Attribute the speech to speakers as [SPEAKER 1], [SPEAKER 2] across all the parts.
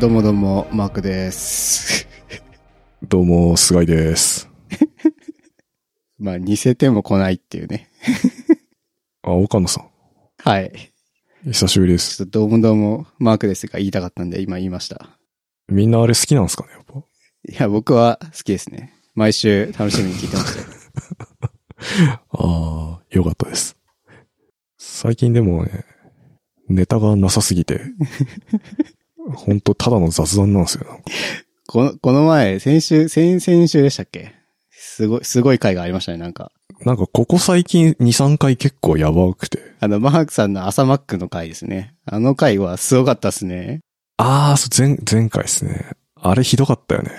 [SPEAKER 1] どうもどうも、マークです。
[SPEAKER 2] どうも、菅井です。
[SPEAKER 1] まあ、似せても来ないっていうね。
[SPEAKER 2] あ、岡野さ
[SPEAKER 1] はい。
[SPEAKER 2] ん。久しぶりです。
[SPEAKER 1] ちょっとどうもどうも、マークですが言いたかったんで、今言いました。
[SPEAKER 2] みんなあれ好きなんですかね、やっぱ。
[SPEAKER 1] いや、僕は好きですね。毎週楽しみに聞いてましたよ。
[SPEAKER 2] ああ、よかったです。最近でもね、ネタがなさすぎて、ほんとただの雑談なんですよ。なんか
[SPEAKER 1] この、この前、先週、先、先週でしたっけすごい、すごい回がありましたね、なんか。
[SPEAKER 2] なんかここ最近2、3回結構やばくて。
[SPEAKER 1] あの、マークさんの朝マックの回ですね。あの回はすごかったですね。
[SPEAKER 2] ああ、そう前、前回ですね。あれひどかったよね。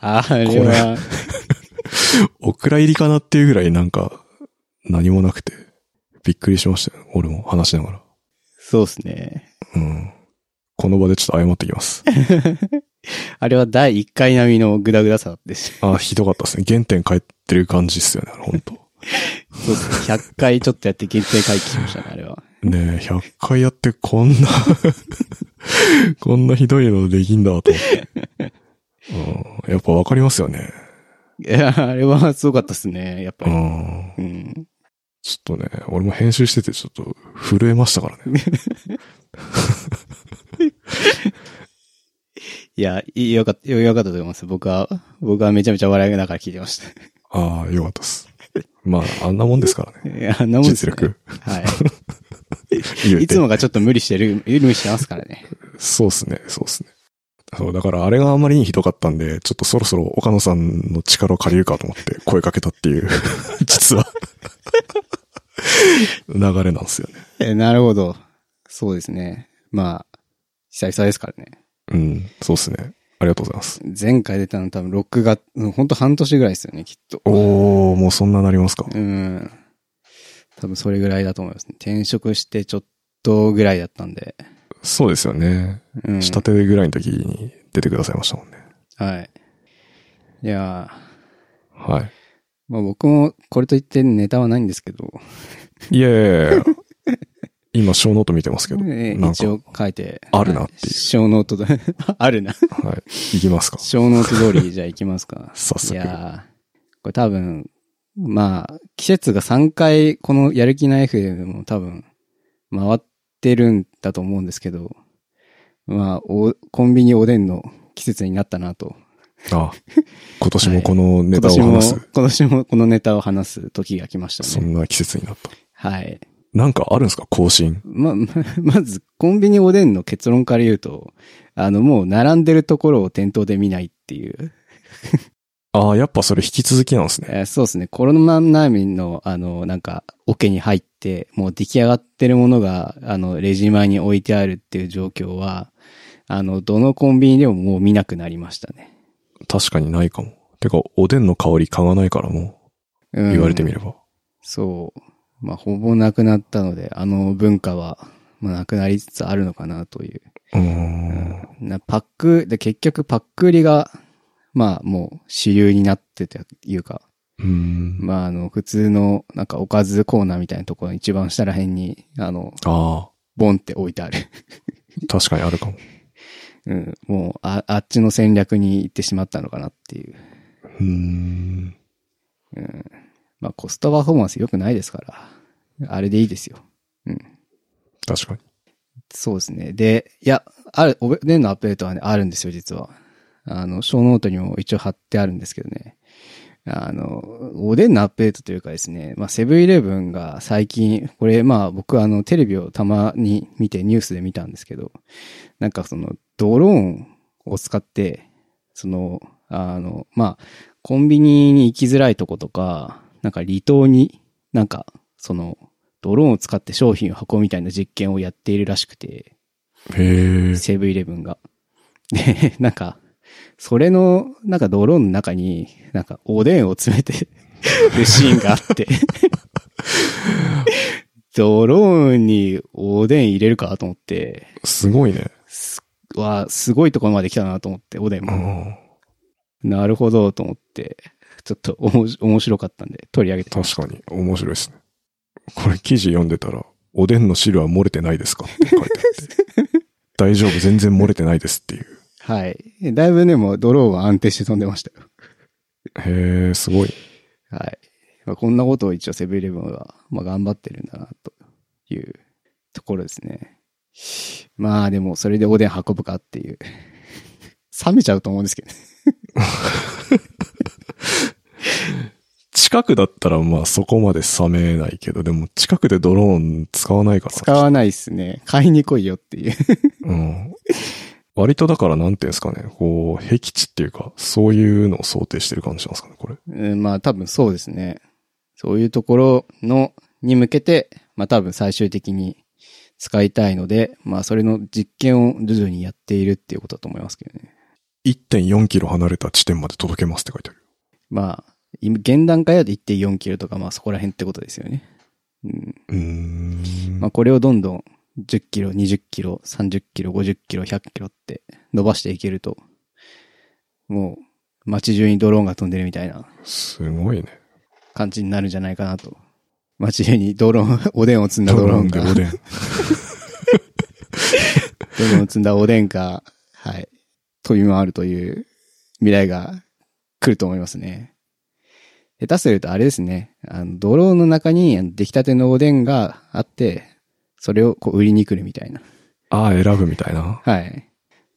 [SPEAKER 1] あれは、
[SPEAKER 2] お蔵入りかなっていうぐらいなんか、何もなくて。びっくりしましたよ。俺も話しながら。
[SPEAKER 1] そうですね。
[SPEAKER 2] うん。この場でちょっと謝ってきます。
[SPEAKER 1] あれは第1回並みのグダグダさでし
[SPEAKER 2] あ、ひどかったですね。原点帰ってる感じっすよね、本当
[SPEAKER 1] た。そうですね。100回ちょっとやって限定回帰しましたね、あれは。
[SPEAKER 2] ねえ、100回やってこんな、 こんなひどいのできんだと思って。うん、やっぱわかりますよね。
[SPEAKER 1] いや、あれはすごかったですね、やっぱ
[SPEAKER 2] う
[SPEAKER 1] り。
[SPEAKER 2] ん。
[SPEAKER 1] うん。
[SPEAKER 2] ちょっとね、俺も編集しててちょっと震えましたから ね。
[SPEAKER 1] いや、いいよかった、よかったと思います。僕は、僕はめちゃめちゃ笑いながら聞いてまし
[SPEAKER 2] ああ、よかったです。まあ、あんなもんですからね。
[SPEAKER 1] た。いや、あんなもんです
[SPEAKER 2] 実
[SPEAKER 1] ね。
[SPEAKER 2] 力。
[SPEAKER 1] は
[SPEAKER 2] 言
[SPEAKER 1] い。
[SPEAKER 2] う
[SPEAKER 1] いつ
[SPEAKER 2] て。
[SPEAKER 1] もがちょっと無理してる、無理してますからね。
[SPEAKER 2] そうっすね、そうっすね。そう、だからあれがあまりにひどかったんで、ちょっとそろそろ岡野さんの力を借りるかと思って声かけたっていう、 実は、流れなんですよね。
[SPEAKER 1] えなるほど。そうですね。まあ、久々ですからね。
[SPEAKER 2] うん、そうっすね。ありがとうございます。
[SPEAKER 1] 前回出たの多分6月、うんほんと半年ぐらいですよね、きっと。
[SPEAKER 2] おー、もうそんななりますか。
[SPEAKER 1] うん。多分それぐらいだと思いますね。転職してちょっとぐらいだったんで。
[SPEAKER 2] そうですよね。
[SPEAKER 1] うん。
[SPEAKER 2] 下手ぐらいの時に出てくださいましたもんね。
[SPEAKER 1] はい。いやー、
[SPEAKER 2] はい。
[SPEAKER 1] まあ僕もこれといってネタはないんですけど、
[SPEAKER 2] いやいや いや今、小ノート見てますけど。
[SPEAKER 1] え
[SPEAKER 2] なん
[SPEAKER 1] 一
[SPEAKER 2] か、
[SPEAKER 1] 応書いて。
[SPEAKER 2] あるなっていう
[SPEAKER 1] 小ノートだ。 あるな。
[SPEAKER 2] はい。いきますか。。
[SPEAKER 1] 小ノート通りじゃあ行きますか
[SPEAKER 2] 早速
[SPEAKER 1] いやーこれ多分、まあ、季節が3回、このやる気ない FM でも多分、回ってるんだと思うんですけど、まあ、お、コンビニおでんの季節になったなと。
[SPEAKER 2] あ、今年もこのネ
[SPEAKER 1] 今
[SPEAKER 2] タを
[SPEAKER 1] 年も、
[SPEAKER 2] 話す、
[SPEAKER 1] 今年もこのネタを話す時が来ました
[SPEAKER 2] そ
[SPEAKER 1] ね。
[SPEAKER 2] んな季節になった。
[SPEAKER 1] はい。
[SPEAKER 2] なんかあるんですか更新。
[SPEAKER 1] ま、 ままず、コンビニおでんの結論から言うと、あの、もう並んでるところを店頭で見ないっていう。
[SPEAKER 2] ああ、やっぱそれ引き続きなんですね。
[SPEAKER 1] えーそうですね。コロナ難民の、あの、なんか、桶に入って、もう出来上がってるものが、あの、レジ前に置いてあるっていう状況は、あの、どのコンビニでももう見なくなりましたね。
[SPEAKER 2] 確かにないかも。てか、おでんの香り嗅がないからもう、
[SPEAKER 1] 言
[SPEAKER 2] 言われてみれば。
[SPEAKER 1] そう。まあ、ほぼなくなったので、あの文化は、まあ、なくなりつつあるのかなという。
[SPEAKER 2] うーん。
[SPEAKER 1] なパック、で、結局パック売りが、まあもう主流になってというか、
[SPEAKER 2] うーん。
[SPEAKER 1] まああの、普通のなんかおかずコーナーみたいなところの一番下ら辺に、あの、
[SPEAKER 2] あ
[SPEAKER 1] ボンって置いてある。
[SPEAKER 2] あ、確かにあるかも。
[SPEAKER 1] うん。もう、あ、あっちの戦略に行ってしまったのかなっていう。
[SPEAKER 2] うーん。
[SPEAKER 1] まあコストパフォーマンス良くないですから、あれでいいですよ。
[SPEAKER 2] 確かに。
[SPEAKER 1] そうですね。で、いや、ある、おでんのアップデートはね、あるんですよ、実は。あの、小ノートにも一応貼ってあるんですけどね。あの、おでんのアップデートというかですね、まあ、セブンイレブンが最近、これ、まあ、僕はあの、テレビをたまに見てニュースで見たんですけど、なんかその、ドローンを使って、その、あの、まあ、コンビニに行きづらいとことか、なんか離島に、なんか、その、ドローンを使って商品を運ぶみたいな実験をやっているらしくて、
[SPEAKER 2] へえ。
[SPEAKER 1] セブンイレブンが。 で、なんか、それの、なんかドローンの中に、なんかおでんを詰めて るシーンがあ って、ドローンにおでん入れるかと思って、
[SPEAKER 2] すごいね。
[SPEAKER 1] す、わあ、すごいところまで来たなと思って、おでん
[SPEAKER 2] う
[SPEAKER 1] も。
[SPEAKER 2] ん。
[SPEAKER 1] なるほど、と思って、ちょっとおもし面白かったんで、取り上げて。
[SPEAKER 2] 確かに。面白いですね。 これ記事読んでたら、おでんの汁は漏れてないですかって書いてあって。大丈夫、全然漏れてないですっていう。
[SPEAKER 1] はい。だいぶね、もうドローは安定して飛んでましたよ。
[SPEAKER 2] へえ、すごい。
[SPEAKER 1] はい。まあ、こんなことを一応セブンイレブンは、まあ、頑張ってるんだな、というところですね。まあでも、それでおでん運ぶかっていう。 冷めちゃうと思うんですけどね。
[SPEAKER 2] 近くだったらまあそこまで冷めないけど、でも近くでドローン使わないから
[SPEAKER 1] 使わないっすね。買いに来いよっていう。
[SPEAKER 2] うん。割とだからなんていうんですかね、こう、僻地っていうか、そういうのを想定してる感じなんですかね、これ。
[SPEAKER 1] うん、まあ多分そうですね。そういうところの、に向けて、まあ多分最終的に使いたいので、まあそれの実験を徐々にやっているっていうことだと思いますけどね。
[SPEAKER 2] 1.4キロ離れた地点まで届けますって書いてある。
[SPEAKER 1] まあ、今現段階だと1.4キロとか、まあそこら辺ってことですよね。うん。
[SPEAKER 2] うーん。
[SPEAKER 1] まあこれをどんどん10キロ、20キロ、30キロ、50キロ、100キロって伸ばしていけると、もう街中にドローンが飛んでるみたいな
[SPEAKER 2] すごいね。
[SPEAKER 1] 感じになるんじゃないかなと。街中にドローン、おでんを積んだドローン
[SPEAKER 2] で
[SPEAKER 1] が、
[SPEAKER 2] お
[SPEAKER 1] ドロ
[SPEAKER 2] でん。
[SPEAKER 1] ー ンを積んだおでんか、はい、飛び回るという未来が来ると思いますね。下手するとあれですね、あの、ドローンの中にあの出来たてのおでんがあって、それをこう売りに来るみたいな。
[SPEAKER 2] ああ、選ぶみたいな。
[SPEAKER 1] はい。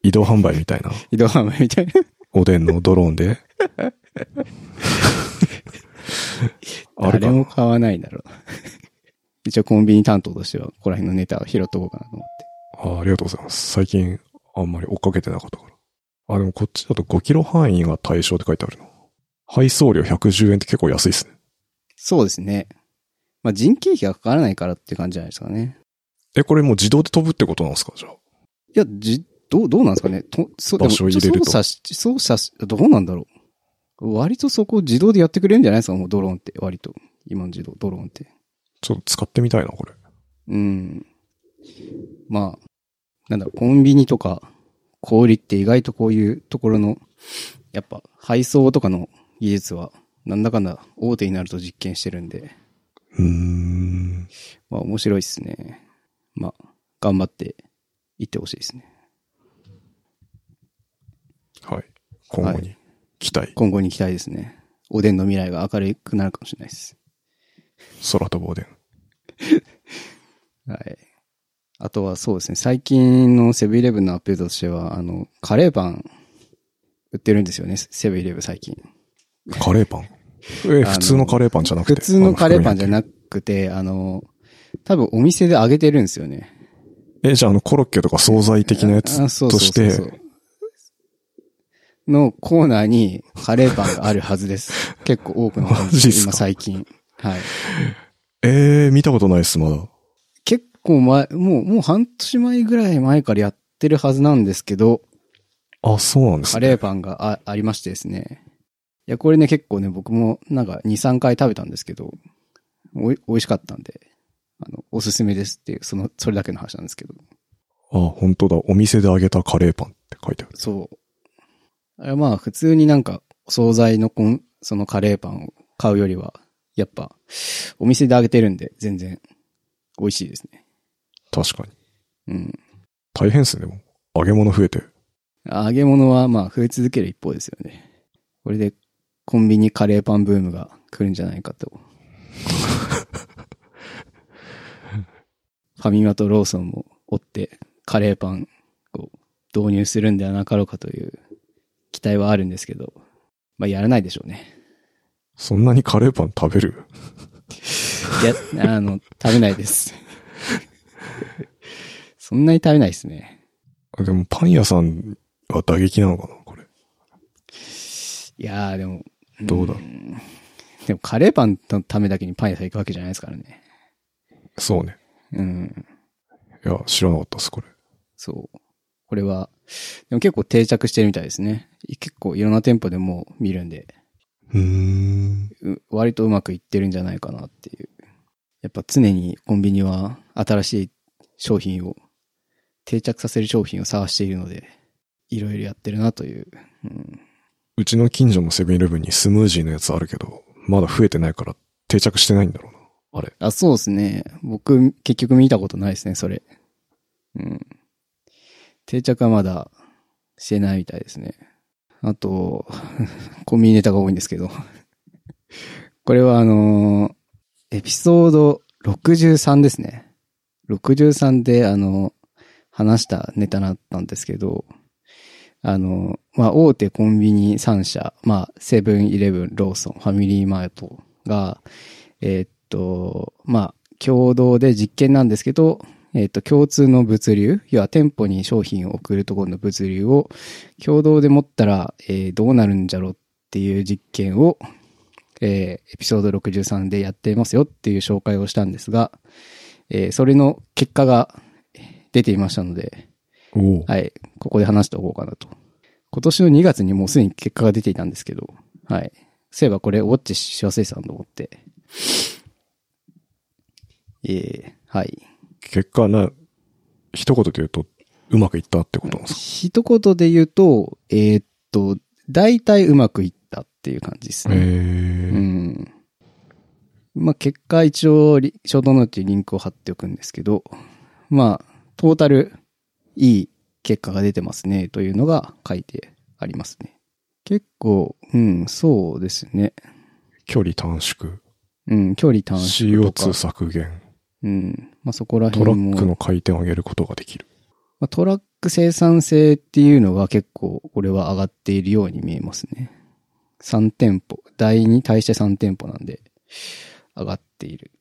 [SPEAKER 2] 移動販売みたいな。
[SPEAKER 1] 移動販売みたいな。
[SPEAKER 2] おでんのドローンで。あれ
[SPEAKER 1] 誰
[SPEAKER 2] か
[SPEAKER 1] も買わないだろう。 一応コンビニ担当としては、ここら辺のネタを拾っとこうかなと思って。
[SPEAKER 2] あありがとうございます。最近あんまり追っかけてなかったから。あ、でもこっちだと5キロ範囲が対象って書いてあるな。配送料110円って結構安いですね。
[SPEAKER 1] そうですね。まあ、人件費がかからないからって感じじゃないですかね。
[SPEAKER 2] え、これもう自動で飛ぶってことなんですかじゃあ。
[SPEAKER 1] いや、じ、どう、どうなんですかね。と、そう、でも
[SPEAKER 2] 場所を入れると
[SPEAKER 1] 操作し、操作し、どうなんだろう。割とそこ自動でやってくれるんじゃないですかもうドローンって、割と。今の自動、ドローンって。
[SPEAKER 2] ちょっと使ってみたいな、これ。
[SPEAKER 1] うん。まあ、なんだろう、コンビニとか、小売りって意外とこういうところの、やっぱ配送とかの技術は、なんだかんだ大手になると実験してるんで、
[SPEAKER 2] うーん。
[SPEAKER 1] まあ面白いっすね。まあ、頑張っていってほしいですね。
[SPEAKER 2] はい。今後
[SPEAKER 1] は
[SPEAKER 2] に期待。
[SPEAKER 1] 今後に期待ですね。おでんの未来が明るくなるかもしれないです。
[SPEAKER 2] 空飛ぶおでん。
[SPEAKER 1] はい。あとはそうですね、最近のセブンイレブンのアップデートとしては、あの、カレーパン売ってるんですよね、セブンイレブン最近。
[SPEAKER 2] カレーパン。
[SPEAKER 1] あ
[SPEAKER 2] え
[SPEAKER 1] の
[SPEAKER 2] 普通のカレーパンじゃなくて。
[SPEAKER 1] 普通のカレーパンじゃ
[SPEAKER 2] く
[SPEAKER 1] なくて、あの、多分お店で揚げてるんですよね。
[SPEAKER 2] て。え、じゃああのコロッケとか惣菜的なやつ
[SPEAKER 1] あそう
[SPEAKER 2] と
[SPEAKER 1] そう
[SPEAKER 2] し
[SPEAKER 1] そうそう
[SPEAKER 2] て、
[SPEAKER 1] のコーナーにカレーパンがあるはず です。結構多くのお
[SPEAKER 2] マジ
[SPEAKER 1] 店
[SPEAKER 2] っすか
[SPEAKER 1] 今最近。はい。
[SPEAKER 2] えー、見たことないっす、まだ。
[SPEAKER 1] 結構前、もう、もう半年前ぐらい前からやってるはずなんですけど、
[SPEAKER 2] あ、そうなんです
[SPEAKER 1] カ
[SPEAKER 2] ね。
[SPEAKER 1] レーパンがあありましてですね。いや、これね、結構ね、僕もなんか2、3回食べたんですけど、おい、美味しかったんで、あの、おすすめですっていう、その、それだけの話なんですけど。
[SPEAKER 2] あ、本当だ。お店で揚げたカレーパンって書いてある。
[SPEAKER 1] そう。あれはまあ普通になんか、お惣菜のこん、そのカレーパンを買うよりは、やっぱ、お店で揚げてるんで、全然、美味しいですね。
[SPEAKER 2] 確かに。
[SPEAKER 1] うん。
[SPEAKER 2] 大変っすね、でも。揚げ物増えて。
[SPEAKER 1] 揚げ物はまあ増え続ける一方ですよね。これで、コンビニカレーパンブームが来るんじゃないかと。 ファミマとローソンも追って、カレーパンを導入するんではなかろうかという期待はあるんですけど、まあやらないでしょうね。
[SPEAKER 2] そんなにカレーパン食べる
[SPEAKER 1] いや、あの、食べないです。そんなに食べないですね。
[SPEAKER 2] あでもパン屋さんは打撃なのかな、これ。
[SPEAKER 1] いやー、でも。ん
[SPEAKER 2] どうだ
[SPEAKER 1] でも、カレーパンのためだけにパン屋さん行くわけじゃないですからね。
[SPEAKER 2] そうね。
[SPEAKER 1] うん。
[SPEAKER 2] いや、知らなかったっす、これ。
[SPEAKER 1] そう。これは、でも結構定着してるみたいですね。結構いろんな店舗でもう見るんで、
[SPEAKER 2] うーん。
[SPEAKER 1] う割とうまくいってるんじゃないかなっていう。やっぱ常にコンビニは新しい商品を、定着させる商品を探しているので、いろいろやってるなという。うん
[SPEAKER 2] うちの近所のセブンイレブンにスムージーのやつあるけど、まだ増えてないから定着してないんだろうな。あれ。
[SPEAKER 1] あ、そうですね。僕、結局見たことないですね、それ。うん。定着はまだしてないみたいですね。あと、 コンビニネタが多いんですけど。 これはあのーエピソード63ですね。63であの、話したネタだったんですけど、あの、まあ、大手コンビニ3社、まあ、セブンイレブン、ローソン、ファミリーマートが、えーっと、まあ、共同で実験なんですけど、えーっと、共通の物流、要は店舗に商品を送るところの物流を共同で持ったら、えーどうなるんじゃろうっていう実験を、えーエピソード63でやってますよっていう紹介をしたんですが、えーそれの結果が出ていましたので、
[SPEAKER 2] おお。
[SPEAKER 1] はい。ここで話しておこうかなと。今年の2月にもうすでに結果が出ていたんですけど、はい。そういえばこれウォッチし忘れてたと思って。ええはい。
[SPEAKER 2] 結果な、一言で言うと、うまくいったってことなんですか
[SPEAKER 1] 一言で言うと、えーっと、大体うまくいったっていう感じですね。う
[SPEAKER 2] え。
[SPEAKER 1] ん。まあ、結果一応リ、ショートノートにリンクを貼っておくんですけど、まあ、トータルいい結果が出てますね、というのが書いてありますね。結構、うん、そうですね。
[SPEAKER 2] 距離短縮、
[SPEAKER 1] うん、距離短縮とか。
[SPEAKER 2] CO2 削減、
[SPEAKER 1] うん。まあ、そこら
[SPEAKER 2] ト
[SPEAKER 1] 辺
[SPEAKER 2] ラ
[SPEAKER 1] も。
[SPEAKER 2] ックの回転を上げることができる。
[SPEAKER 1] まあ、トラック生産性っていうのは結構これは上がっているように見えますね。3店舗。第に対して3店舗なんで、上がっている。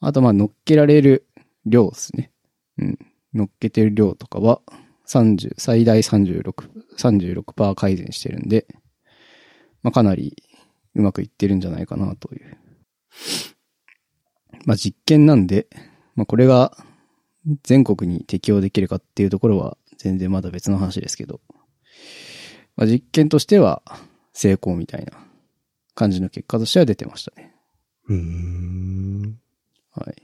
[SPEAKER 1] あと、まあ、乗っけられる量ですね。うん。乗っけてる量とかは、30、最大36、36%改善してるんで、まあ、かなりうまくいってるんじゃないかなという。まあ、実験なんで、まあ、これが全国に適用できるかっていうところは全然まだ別の話ですけど、まあ、実験としては成功みたいな感じの結果としては出てましたね。
[SPEAKER 2] うーん。
[SPEAKER 1] はい。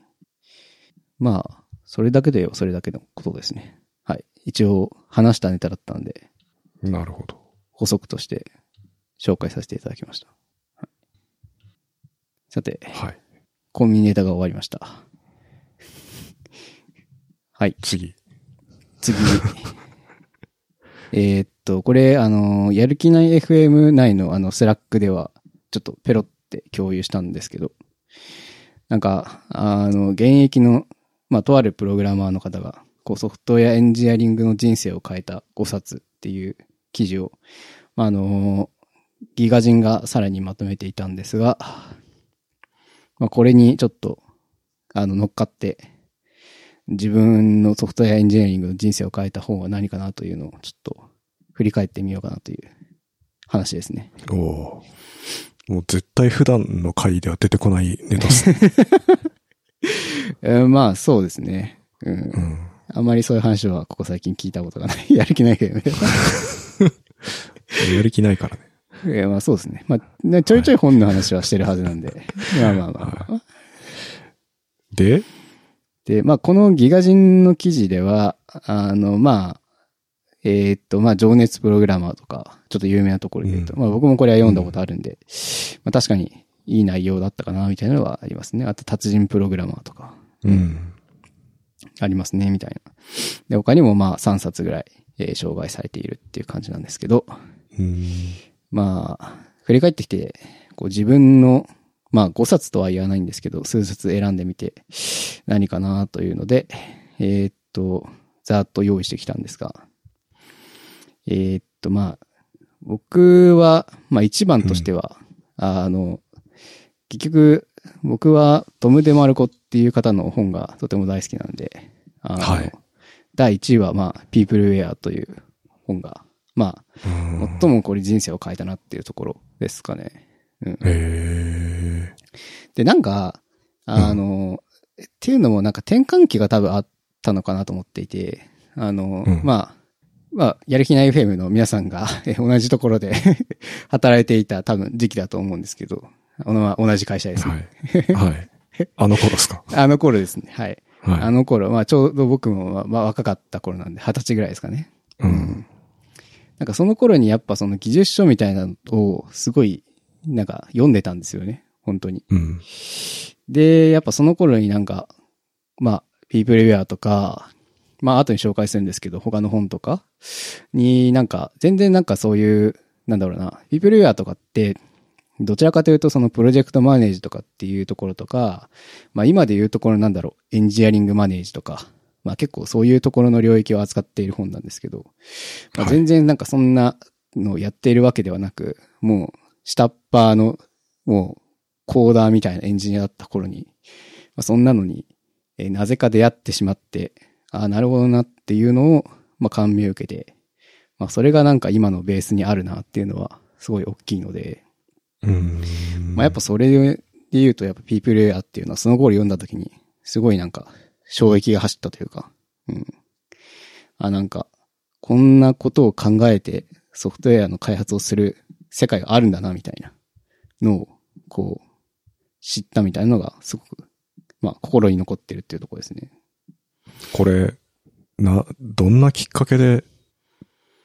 [SPEAKER 1] まあ、それだけで言えばそれだけのことですね。はい。一応話したネタだったんで、
[SPEAKER 2] なるほど。
[SPEAKER 1] 補足として紹介させていただきました。はい、さて、
[SPEAKER 2] はい。
[SPEAKER 1] コンビニネタが終わりました。はい。
[SPEAKER 2] 次。
[SPEAKER 1] 次。えーっと、これ、あの、やる気ない FM 内のあの、スラックでは、ちょっとペロって共有したんですけど、なんか、あの、現役の、まあ、とあるプログラマーの方が、こう、ソフトウェアエンジニアリングの人生を変えた5冊っていう記事を、まあ、あの、ギガ人がさらにまとめていたんですが、まあ、これにちょっと、あの、乗っかって、自分のソフトウェアエンジニアリングの人生を変えた本は何かなというのをちょっと振り返ってみようかなという話ですね。
[SPEAKER 2] おお。もう絶対普段の回では出てこないネタっ すね。
[SPEAKER 1] えーまあそうですね。うん
[SPEAKER 2] う。ん。
[SPEAKER 1] あんまりそういう話はここ最近聞いたことがない。やる気ないけどね。
[SPEAKER 2] やる気ないからね。
[SPEAKER 1] いやまあそうですね。まあねちょいちょい本の話はしてるはずなんで。まあまあまあまあ。
[SPEAKER 2] で、
[SPEAKER 1] で、まあ、このギガ人の記事では、あの、まあ、えーっと、まあ、情熱プログラマーとか、ちょっと有名なところで言うと、
[SPEAKER 2] うん
[SPEAKER 1] まあ、僕もこれは読んだことあるんで、まあ、確かにいい内容だったかな、みたいなのはありますね。あと、達人プログラマーとか、
[SPEAKER 2] うん。
[SPEAKER 1] ありますね、みたいな。で、他にも、まあ、3冊ぐらい、えー紹介されているっていう感じなんですけど、
[SPEAKER 2] うん。
[SPEAKER 1] まあ、振り返ってきて、こう自分の、まあ5冊とは言わないんですけど、数冊選んでみて、何かなというので、えーっと、ざーっと用意してきたんですが、えーっと、まあ、僕は、まあ一番としては、あの、結局、僕はトム・デ・マルコっていう方の本がとても大好きなんで、あの
[SPEAKER 2] はい
[SPEAKER 1] 第1位は、まあ、People Wear という本が、まあ、
[SPEAKER 2] うん
[SPEAKER 1] 最もこれ人生を変えたなっていうところですかね。うん、
[SPEAKER 2] え
[SPEAKER 1] で、なんか、あの、っていうのもなんか転換期が多分あったのかなと思っていて、あの、
[SPEAKER 2] うん
[SPEAKER 1] まあ、まあ、やる気ない FM の皆さんが え同じところで 働いていた多分時期だと思うんですけど、あのまあ同じ会社
[SPEAKER 2] え
[SPEAKER 1] ですね。
[SPEAKER 2] はい。はい。あの子ですか。
[SPEAKER 1] あの頃ですね。はい。あ
[SPEAKER 2] は
[SPEAKER 1] の頃、まあちょうど僕も、まあまあ、若かった頃なんで、二十歳ぐらいですかね。
[SPEAKER 2] い。うん。
[SPEAKER 1] なんかその頃にやっぱその技術書みたいなのをすごいなんか読んでたんですよね。本当に。
[SPEAKER 2] うん。
[SPEAKER 1] で、やっぱその頃になんか、まあ、ピープルウェアとか、まあ後に紹介するんですけど、他の本とかになんか、全然なんかそういう、なんだろうな、ピープルウェアとかって、どちらかというとそのプロジェクトマネージとかっていうところとか、まあ今で言うところなんだろう、エンジニアリングマネージとか、まあ結構そういうところの領域を扱っている本なんですけど、まあ
[SPEAKER 2] はい
[SPEAKER 1] 全然なんかそんなのをやっているわけではなく、もう下っ端の、もうコーダーみたいなエンジニアだった頃に、まあ、そんなのに、えーなぜか出会ってしまって、ああ、なるほどなっていうのを、まあ感銘を受けて、まあそれがなんか今のベースにあるなっていうのはすごい大きいので、
[SPEAKER 2] うん。
[SPEAKER 1] まあやっぱそれで言うと、やっぱピープルウェアっていうのはその頃読んだ時に、すごいなんか、衝撃が走ったというか、うん。あ、なんか、こんなことを考えてソフトウェアの開発をする世界があるんだな、みたいなのを、こう、知ったみたいなのが、すごく、まあ、心に残ってるっていうところですね。
[SPEAKER 2] これ、な、どんなきっかけで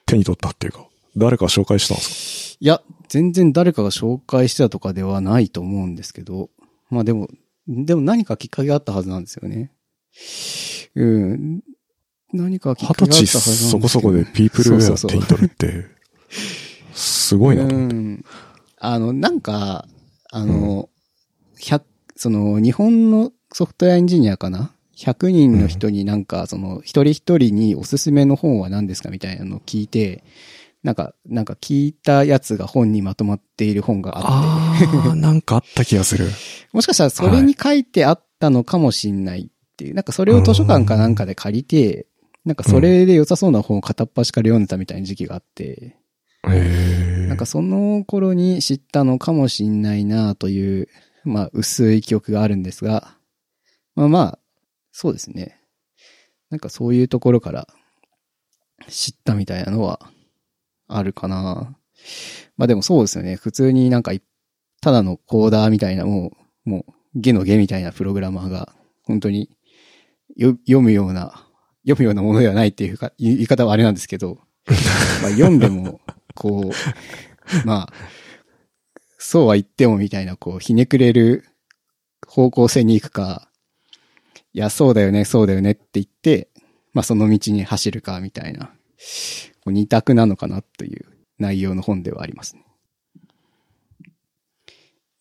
[SPEAKER 2] 手に取ったっていうか、誰か紹介したんです
[SPEAKER 1] いや、全然誰かが紹介してたとかではないと思うんですけど、まあでも、でも何かきっかけがあったはずなんですよね。うん。何かき
[SPEAKER 2] か
[SPEAKER 1] っかけがあ
[SPEAKER 2] 二
[SPEAKER 1] ったはずなんですけど。
[SPEAKER 2] 十歳そこそこでピープルウェア手に取る って、すごいなと思って。
[SPEAKER 1] うん。あの、なんか、あの、100その、日本のソフトウェアエンジニアかな ?100 人の人になんか、その、一人一人におすすめの本は何ですかみたいなのを聞いて、なんか、なんか聞いたやつが本にまとまっている本があって、
[SPEAKER 2] ああ、なんかあった気がする。
[SPEAKER 1] もしかしたらそれに書いてあったのかもしんないっていう、なんかそれを図書館かなんかで借りて、なんかそれで良さそうな本を片っ端から読んでたみたいな時期があって、
[SPEAKER 2] へ
[SPEAKER 1] なん
[SPEAKER 2] え
[SPEAKER 1] か。その頃に知ったのかもしんないなという、まあ薄い記憶があるんですが、まあまあ、そうですね。なんかそういうところから知ったみたいなのはあるかな。まあでもそうですよね。普通になんかいただのコーダーみたいなもう、もうゲのゲみたいなプログラマーが本当によ読むような、読むようなものではないっていうか、言い言い方はあれなんですけど、まあ読んでも、こう、 まあ、そうは言ってもみたいな、こう、ひねくれる方向性に行くか、いや、そうだよね、そうだよねって言って、まあその道に走るか、みたいな、こう二択なのかなという内容の本ではありますね。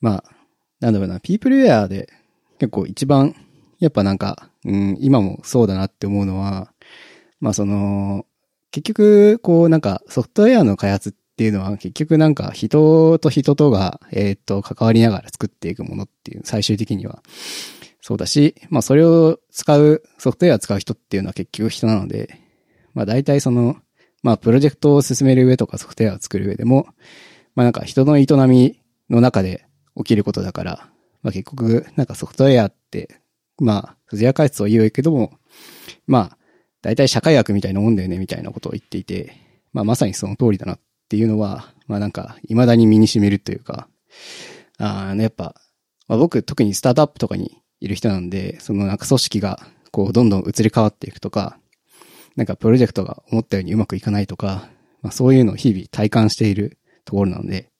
[SPEAKER 1] まあ、なんだろうな、ピープルウェアで結構一番、やっぱなんか、うん、今もそうだなって思うのは、まあその、結局、こうなんかソフトウェアの開発っていうのは結局なんか人と人とが、えっ、と、関わりながら作っていくものっていう、最終的には。そうだし、まあそれを使う、ソフトウェアを使う人っていうのは結局人なので、まあ大体その、まあプロジェクトを進める上とかソフトウェアを作る上でも、まあなんか人の営みの中で起きることだから、まあ結局なんかソフトウェアって、まあ、ソフトウェア開発は言うけども、まあ、大体社会学みたいなもんだよね、みたいなことを言っていて、まあまさにその通りだなっていうのは、まあなんか、未だに身に染めるというか、あの、やっぱ、まあ、僕特にスタートアップとかにいる人なんで、そのなんか組織がこうどんどん移り変わっていくとか、なんかプロジェクトが思ったようにうまくいかないとか、まあそういうのを日々体感しているところなので、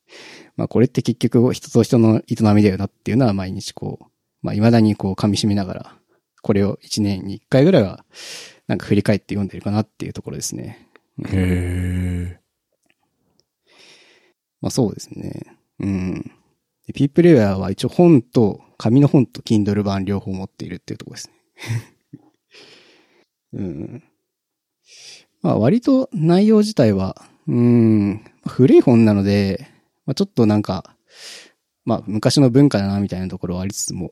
[SPEAKER 1] まあこれって結局人と人の営みだよなっていうのは毎日こう、まあ未だにこう噛み締めながら、これを一年に一回ぐらいはなんか振り返って読んでるかなっていうところですね。
[SPEAKER 2] へえ。
[SPEAKER 1] まあそうですね。うん。で、ピープレイヤーは一応本と、紙の本と Kindle 版両方持っているっていうところですね。 うん。まあ割と内容自体は、うん、古い本なので、まあちょっとなんか、まあ昔の文化だなみたいなところはありつつも、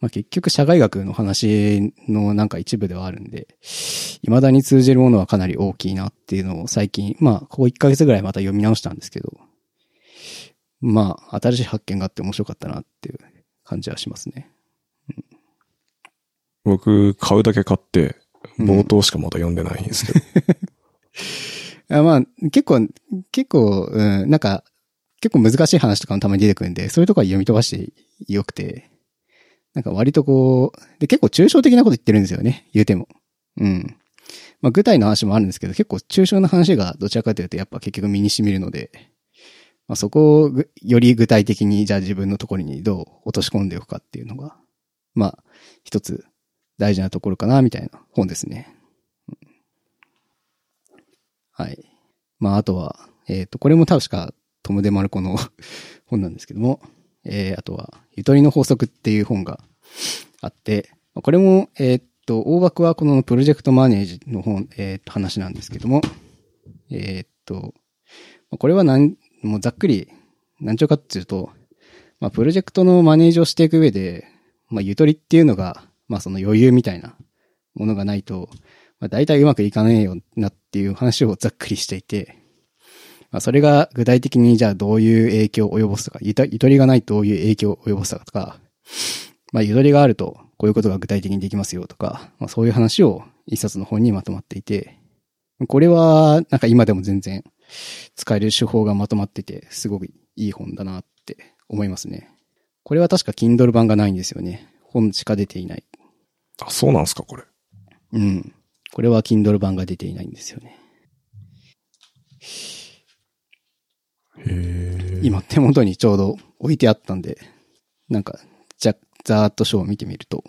[SPEAKER 1] まあ結局社会学の話のなんか一部ではあるんで、未だに通じるものはかなり大きいなっていうのを最近、まあここ1ヶ月ぐらいまた読み直したんですけど、まあ、新しい発見があって面白かったなっていう感じはしますね。
[SPEAKER 2] 僕、買うだけ買って、
[SPEAKER 1] うん
[SPEAKER 2] 冒頭しかまだ読んでないんですけど。
[SPEAKER 1] あまあ、結構、結構、うん、なんか、結構難しい話とかもたまに出てくるんで、そういうとこは読み飛ばしてよくて、なんか割とこう、で、結構抽象的なこと言ってるんですよね、言うても。うん。まあ、具体の話もあるんですけど、結構抽象な話がどちらかというと、やっぱ結局身に染みるので、まあ、そこをぐより具体的に、じゃあ自分のところにどう落とし込んでおくかっていうのが、まあ、一つ大事なところかな、みたいな本ですね。うんはい。まあ、あとは、えっ、と、これも確かトム・デ・マルコの 本なんですけども、えー、あとは、ゆとりの法則っていう本があって、まあこれも、えっ、と、大枠はこのプロジェクトマネージの本、えっ、と、話なんですけども、えっ、と、まあこれはなん、もうざっくり、何兆かっていうと、まあ、プロジェクトのマネージをしていく上で、まあ、ゆとりっていうのが、まあ、その余裕みたいなものがないと、まあ、大体うまくいかねえよなっていう話をざっくりしていて、まあ、それが具体的にじゃあどういう影響を及ぼすとか、ゆとゆとりがないとどういう影響を及ぼすとか、まあ、ゆとりがあるとこういうことが具体的にできますよとか、まあ、そういう話を一冊の本にまとまっていて、これはなんか今でも全然使える手法がまとまってて、すごくいい本だなって思いますね。これは確か Kindle 版がないんですよね。本しか出ていない。
[SPEAKER 2] あ、そうなんすか、これ。
[SPEAKER 1] うん。これは Kindle 版が出ていないんですよね。
[SPEAKER 2] へえ。
[SPEAKER 1] 今手元にちょうど置いてあったんで、なんか、じゃ、ざーっと章を見てみると、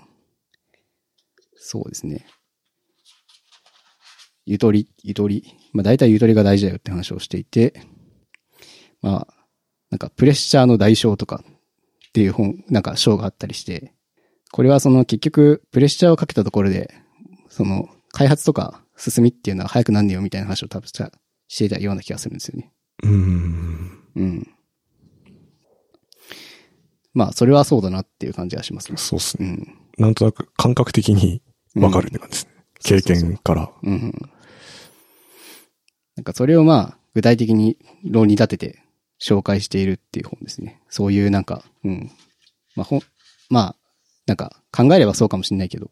[SPEAKER 1] そうですね。ゆとり、ゆとり。まあ大体ゆとりが大事だよって話をしていて、まあ、なんかプレッシャーの代償とかっていう本、なんか章があったりして、これはその結局プレッシャーをかけたところで、その開発とか進みっていうのは早くなんねよみたいな話を多分したしていたような気がするんですよね。
[SPEAKER 2] うん。
[SPEAKER 1] うん。まあ、それはそうだなっていう感じがしますね。
[SPEAKER 2] そうっす
[SPEAKER 1] う
[SPEAKER 2] ね。
[SPEAKER 1] ん。
[SPEAKER 2] なんとなく感覚的にわかるって感じですね。
[SPEAKER 1] うん
[SPEAKER 2] 経験から。
[SPEAKER 1] うんうん。なんか、それをまあ、具体的に論に立てて紹介しているっていう本ですね。そういうなんか、うん。まあ、ほん、まあ、なんか、考えればそうかもしれないけど、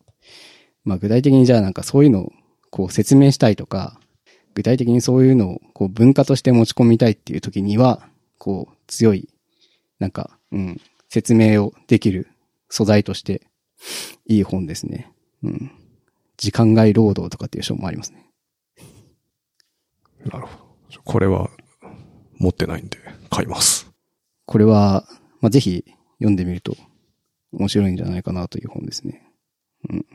[SPEAKER 1] まあ、具体的にじゃあなんかそういうのをこう説明したいとか、具体的にそういうのをこう文化として持ち込みたいっていう時には、こう強い、なんか、うん、説明をできる素材としていい本ですね。うん。時間外労働とかっていう章もありますね。
[SPEAKER 2] なるほど。これは、持ってないんで、買います。
[SPEAKER 1] これは、まあ、ぜひ読んでみると面白いんじゃないかなという本ですね。うん。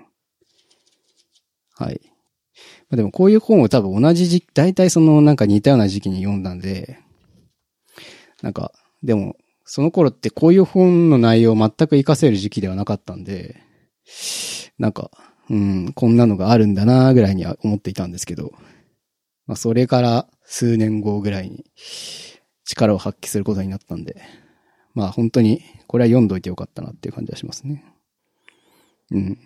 [SPEAKER 1] はい。まあ、でもこういう本を多分同じ時期、大体そのなんか似たような時期に読んだんで、なんか、でも、その頃ってこういう本の内容を全く活かせる時期ではなかったんで、なんか、うん、こんなのがあるんだなぐらいには思っていたんですけど、まあ、それから数年後ぐらいに力を発揮することになったんで、まあ本当にこれは読んどいてよかったなっていう感じはしますね。うん。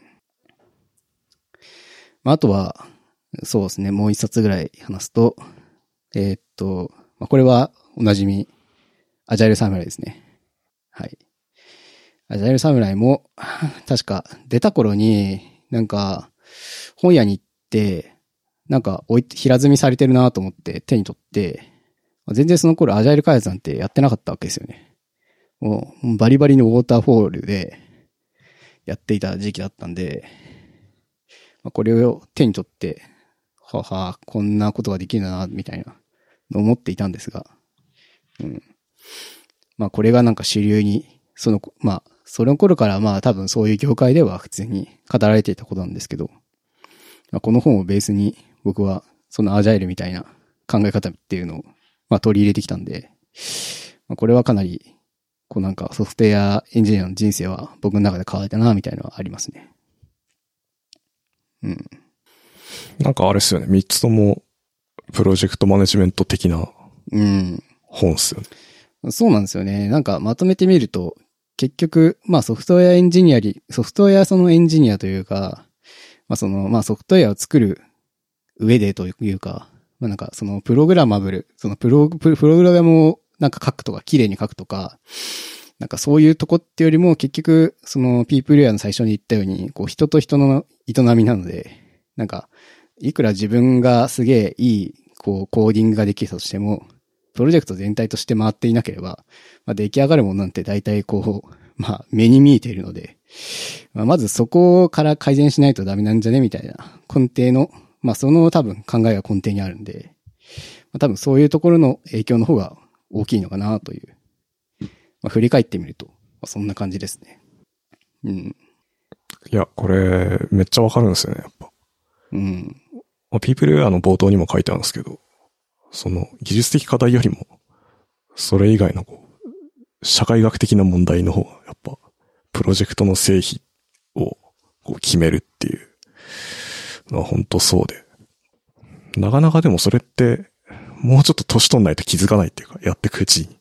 [SPEAKER 1] まああとは、そうですね、もう一冊ぐらい話すと、えーっと、まあこれはおなじみ、アジャイルサムライですね。はい。アジャイルサムライも、確か出た頃に、なんか、本屋に行って、なんか置いて、平積みされてるなと思って手に取って、全然その頃アジャイル開発なんてやってなかったわけですよね。もうバリバリのウォーターフォールでやっていた時期だったんで、まあ、これを手に取って、はあはあ、こんなことができるんだな、みたいなのを思っていたんですが、うん。まあこれがなんか主流に、その、まあ、その頃からまあ多分そういう業界では普通に語られていたことなんですけど、まあ、この本をベースに僕はそのアジャイルみたいな考え方っていうのをまあ、取り入れてきたんで、まあ、これはかなり、こうなんかソフトウェアエンジニアの人生は僕の中で変われたな、みたいなのはありますね。うん。
[SPEAKER 2] なんかあれっすよね。三つとも、プロジェクトマネジメント的な
[SPEAKER 1] うん。
[SPEAKER 2] 本っすよね。
[SPEAKER 1] そうなんですよね。なんかまとめてみると、結局、まあソフトウェアエンジニアリ、ソフトウェアそのエンジニアというか、まあその、まあソフトウェアを作る上でというか、まあなんかそのプログラマブル、そのプロ、プロプログラムをなんか書くとか、綺麗に書くとか、なんかそういうとこってよりも結局、そのピープルウェアの最初に言ったように、こう人と人の営みなので、なんか、いくら自分がすげえいい、こうコーディングができたとしても、プロジェクト全体として回っていなければ、まあ、出来上がるものなんて大体こう、 まあ、目に見えているので、まあ、まずそこから改善しないとダメなんじゃねみたいな根底の、まあ、その多分考えが根底にあるんで、まあ、多分そういうところの影響の方が大きいのかなという、まあ、振り返ってみると、まあ、そんな感じですね。うん。
[SPEAKER 2] いや、これ、めっちゃわかるんですよね、やっぱ。
[SPEAKER 1] うん。
[SPEAKER 2] まあ、ピープルウェアの冒頭にも書いてあるんですけど、その技術的課題よりも、それ以外のこう、社会学的な問題の方が、やっぱ、プロジェクトの成否をこう決めるっていうのは本当そうで。なかなかでもそれって、もうちょっと年取んないと気づかないっていうか、やってくうちに。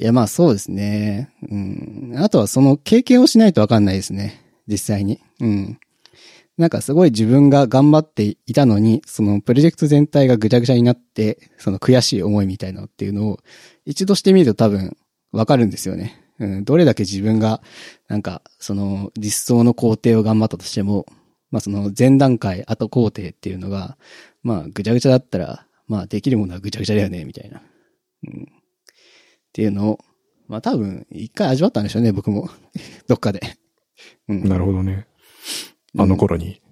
[SPEAKER 1] いや、まあそうですね。うん。あとはその経験をしないとわかんないですね。実際に。うん。なんかすごい自分が頑張っていたのに、そのプロジェクト全体がぐちゃぐちゃになって、その悔しい思いみたいなのっていうのを一度してみると多分わかるんですよね。うん。どれだけ自分が、なんか、その実装の工程を頑張ったとしても、まあその前段階、後工程っていうのが、まあぐちゃぐちゃだったら、まあできるものはぐちゃぐちゃだよね、みたいな。うん。っていうのを、まあ多分、一回味わったんでしょうね、僕も。 どっかで。うん。
[SPEAKER 2] なるほどね。あの頃に。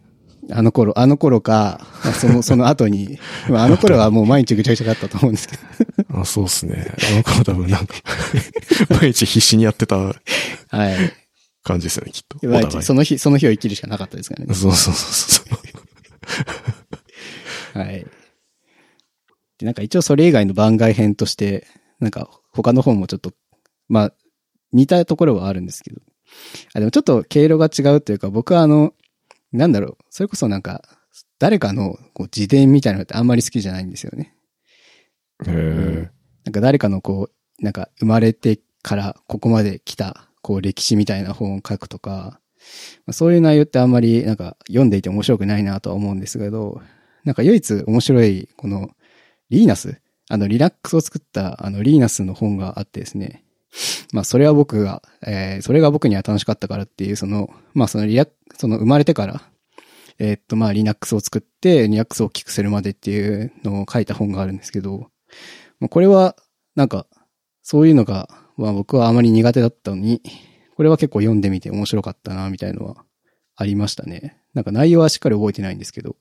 [SPEAKER 1] あの頃、あの頃か、まあそ の、その後に、まああの頃はもう毎日ぐちゃぐちゃだったと思うんですけど。
[SPEAKER 2] あ、そうですね。あの頃多分 なんか、毎日必死にやってた
[SPEAKER 1] はい。
[SPEAKER 2] 感じですよね、きっと。お
[SPEAKER 1] 毎
[SPEAKER 2] 互
[SPEAKER 1] 日、
[SPEAKER 2] い。
[SPEAKER 1] その日、その日を生きるしかなかったですから ね。
[SPEAKER 2] そうそうそうそう。
[SPEAKER 1] はい。で、なんか一応それ以外の番外編として、なんか他の本もちょっと、まあ、似たところはあるんですけど。あ、でもちょっと経路が違うというか、僕はあの、なんだろう、それこそなんか、誰かのこう自伝みたいなのってあんまり好きじゃないんですよね。
[SPEAKER 2] へえ。
[SPEAKER 1] なんか誰かのこう、なんか生まれてからここまで来た、こう歴史みたいな本を書くとか、まあそういう内容ってあんまりなんか読んでいて面白くないなとは思うんですけど、なんか唯一面白い、このリーナス、あのリラックスを作ったあのリーナスの本があってですね、まあそれは僕が、えーそれが僕には楽しかったからっていう、その、まあそのリラッその生まれてから、えーっとまあリナックスを作って、リナックスを大きくするまでっていうのを書いた本があるんですけど、まあこれは、なんか、そういうのが、まあ僕はあまり苦手だったのに、これは結構読んでみて面白かったな、みたいのはありましたね。なんか内容はしっかり覚えてないんですけど、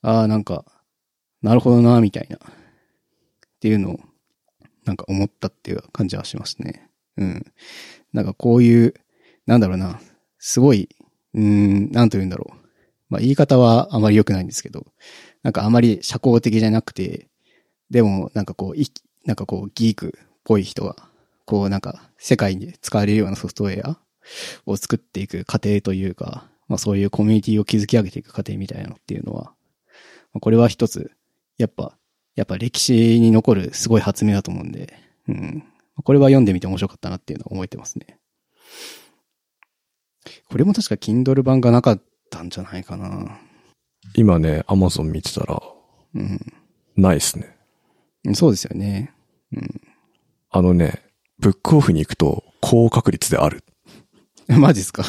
[SPEAKER 1] ああ、なんか、なるほどな、みたいな、っていうのを、なんか思ったっていう感じはしますね。うん。なんかこういう、なんだろうな、すごい、うーん、なんと言うんだろう。まあ言い方はあまり良くないんですけど、なんかあまり社交的じゃなくて、でも、なんかこう、いなんかこう、ギークっぽい人が、こう、なんか、世界に使われるようなソフトウェアを作っていく過程というか、まあそういうコミュニティを築き上げていく過程みたいなのっていうのは、まあこれは一つ、やっぱ、やっぱ歴史に残るすごい発明だと思うんで、うん。これは読んでみて面白かったなっていうのは思えてますね。これも確か Kindle 版がなかったんじゃないかな。
[SPEAKER 2] 今ね、アマゾン見てたら、
[SPEAKER 1] うん。
[SPEAKER 2] ないですね。
[SPEAKER 1] そうですよね。うん。
[SPEAKER 2] あのね、ブックオフに行くと、高確率である。
[SPEAKER 1] マジっすか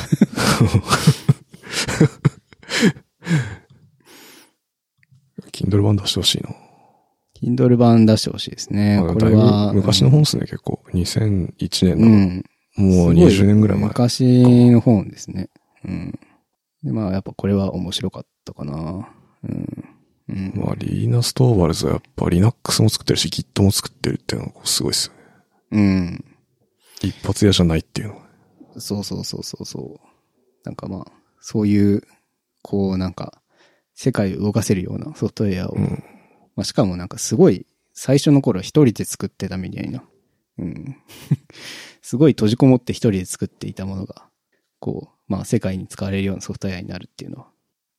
[SPEAKER 2] キンドル版出してほしいな。
[SPEAKER 1] Kindle 版出してほしいですね。
[SPEAKER 2] あ
[SPEAKER 1] これ
[SPEAKER 2] だ。
[SPEAKER 1] はい
[SPEAKER 2] ぶ昔の本ですね、結構。2001
[SPEAKER 1] う
[SPEAKER 2] 年
[SPEAKER 1] ん。
[SPEAKER 2] の、もう
[SPEAKER 1] すご
[SPEAKER 2] 20年ぐらい前。
[SPEAKER 1] 昔の本ですね。うん。で、まあ、やっぱこれは面白かったかな。うん。うん。
[SPEAKER 2] まあ、リーナ・ストーバルズはやっぱ Linux も作ってるし、Git も作ってるっていうのがすごいですよね。
[SPEAKER 1] うん。
[SPEAKER 2] 一発屋じゃないっていうのは。
[SPEAKER 1] そうそうそうそうそう。なんかまあ、そういう、こうなんか、世界を動かせるようなソフトウェアを、
[SPEAKER 2] うん。
[SPEAKER 1] まあ、しかもなんかすごい、最初の頃一人で作ってたみたいな。うん。 すごい閉じこもって一人で作っていたものが、こう、まあ世界に使われるようなソフトウェアになるっていうのは。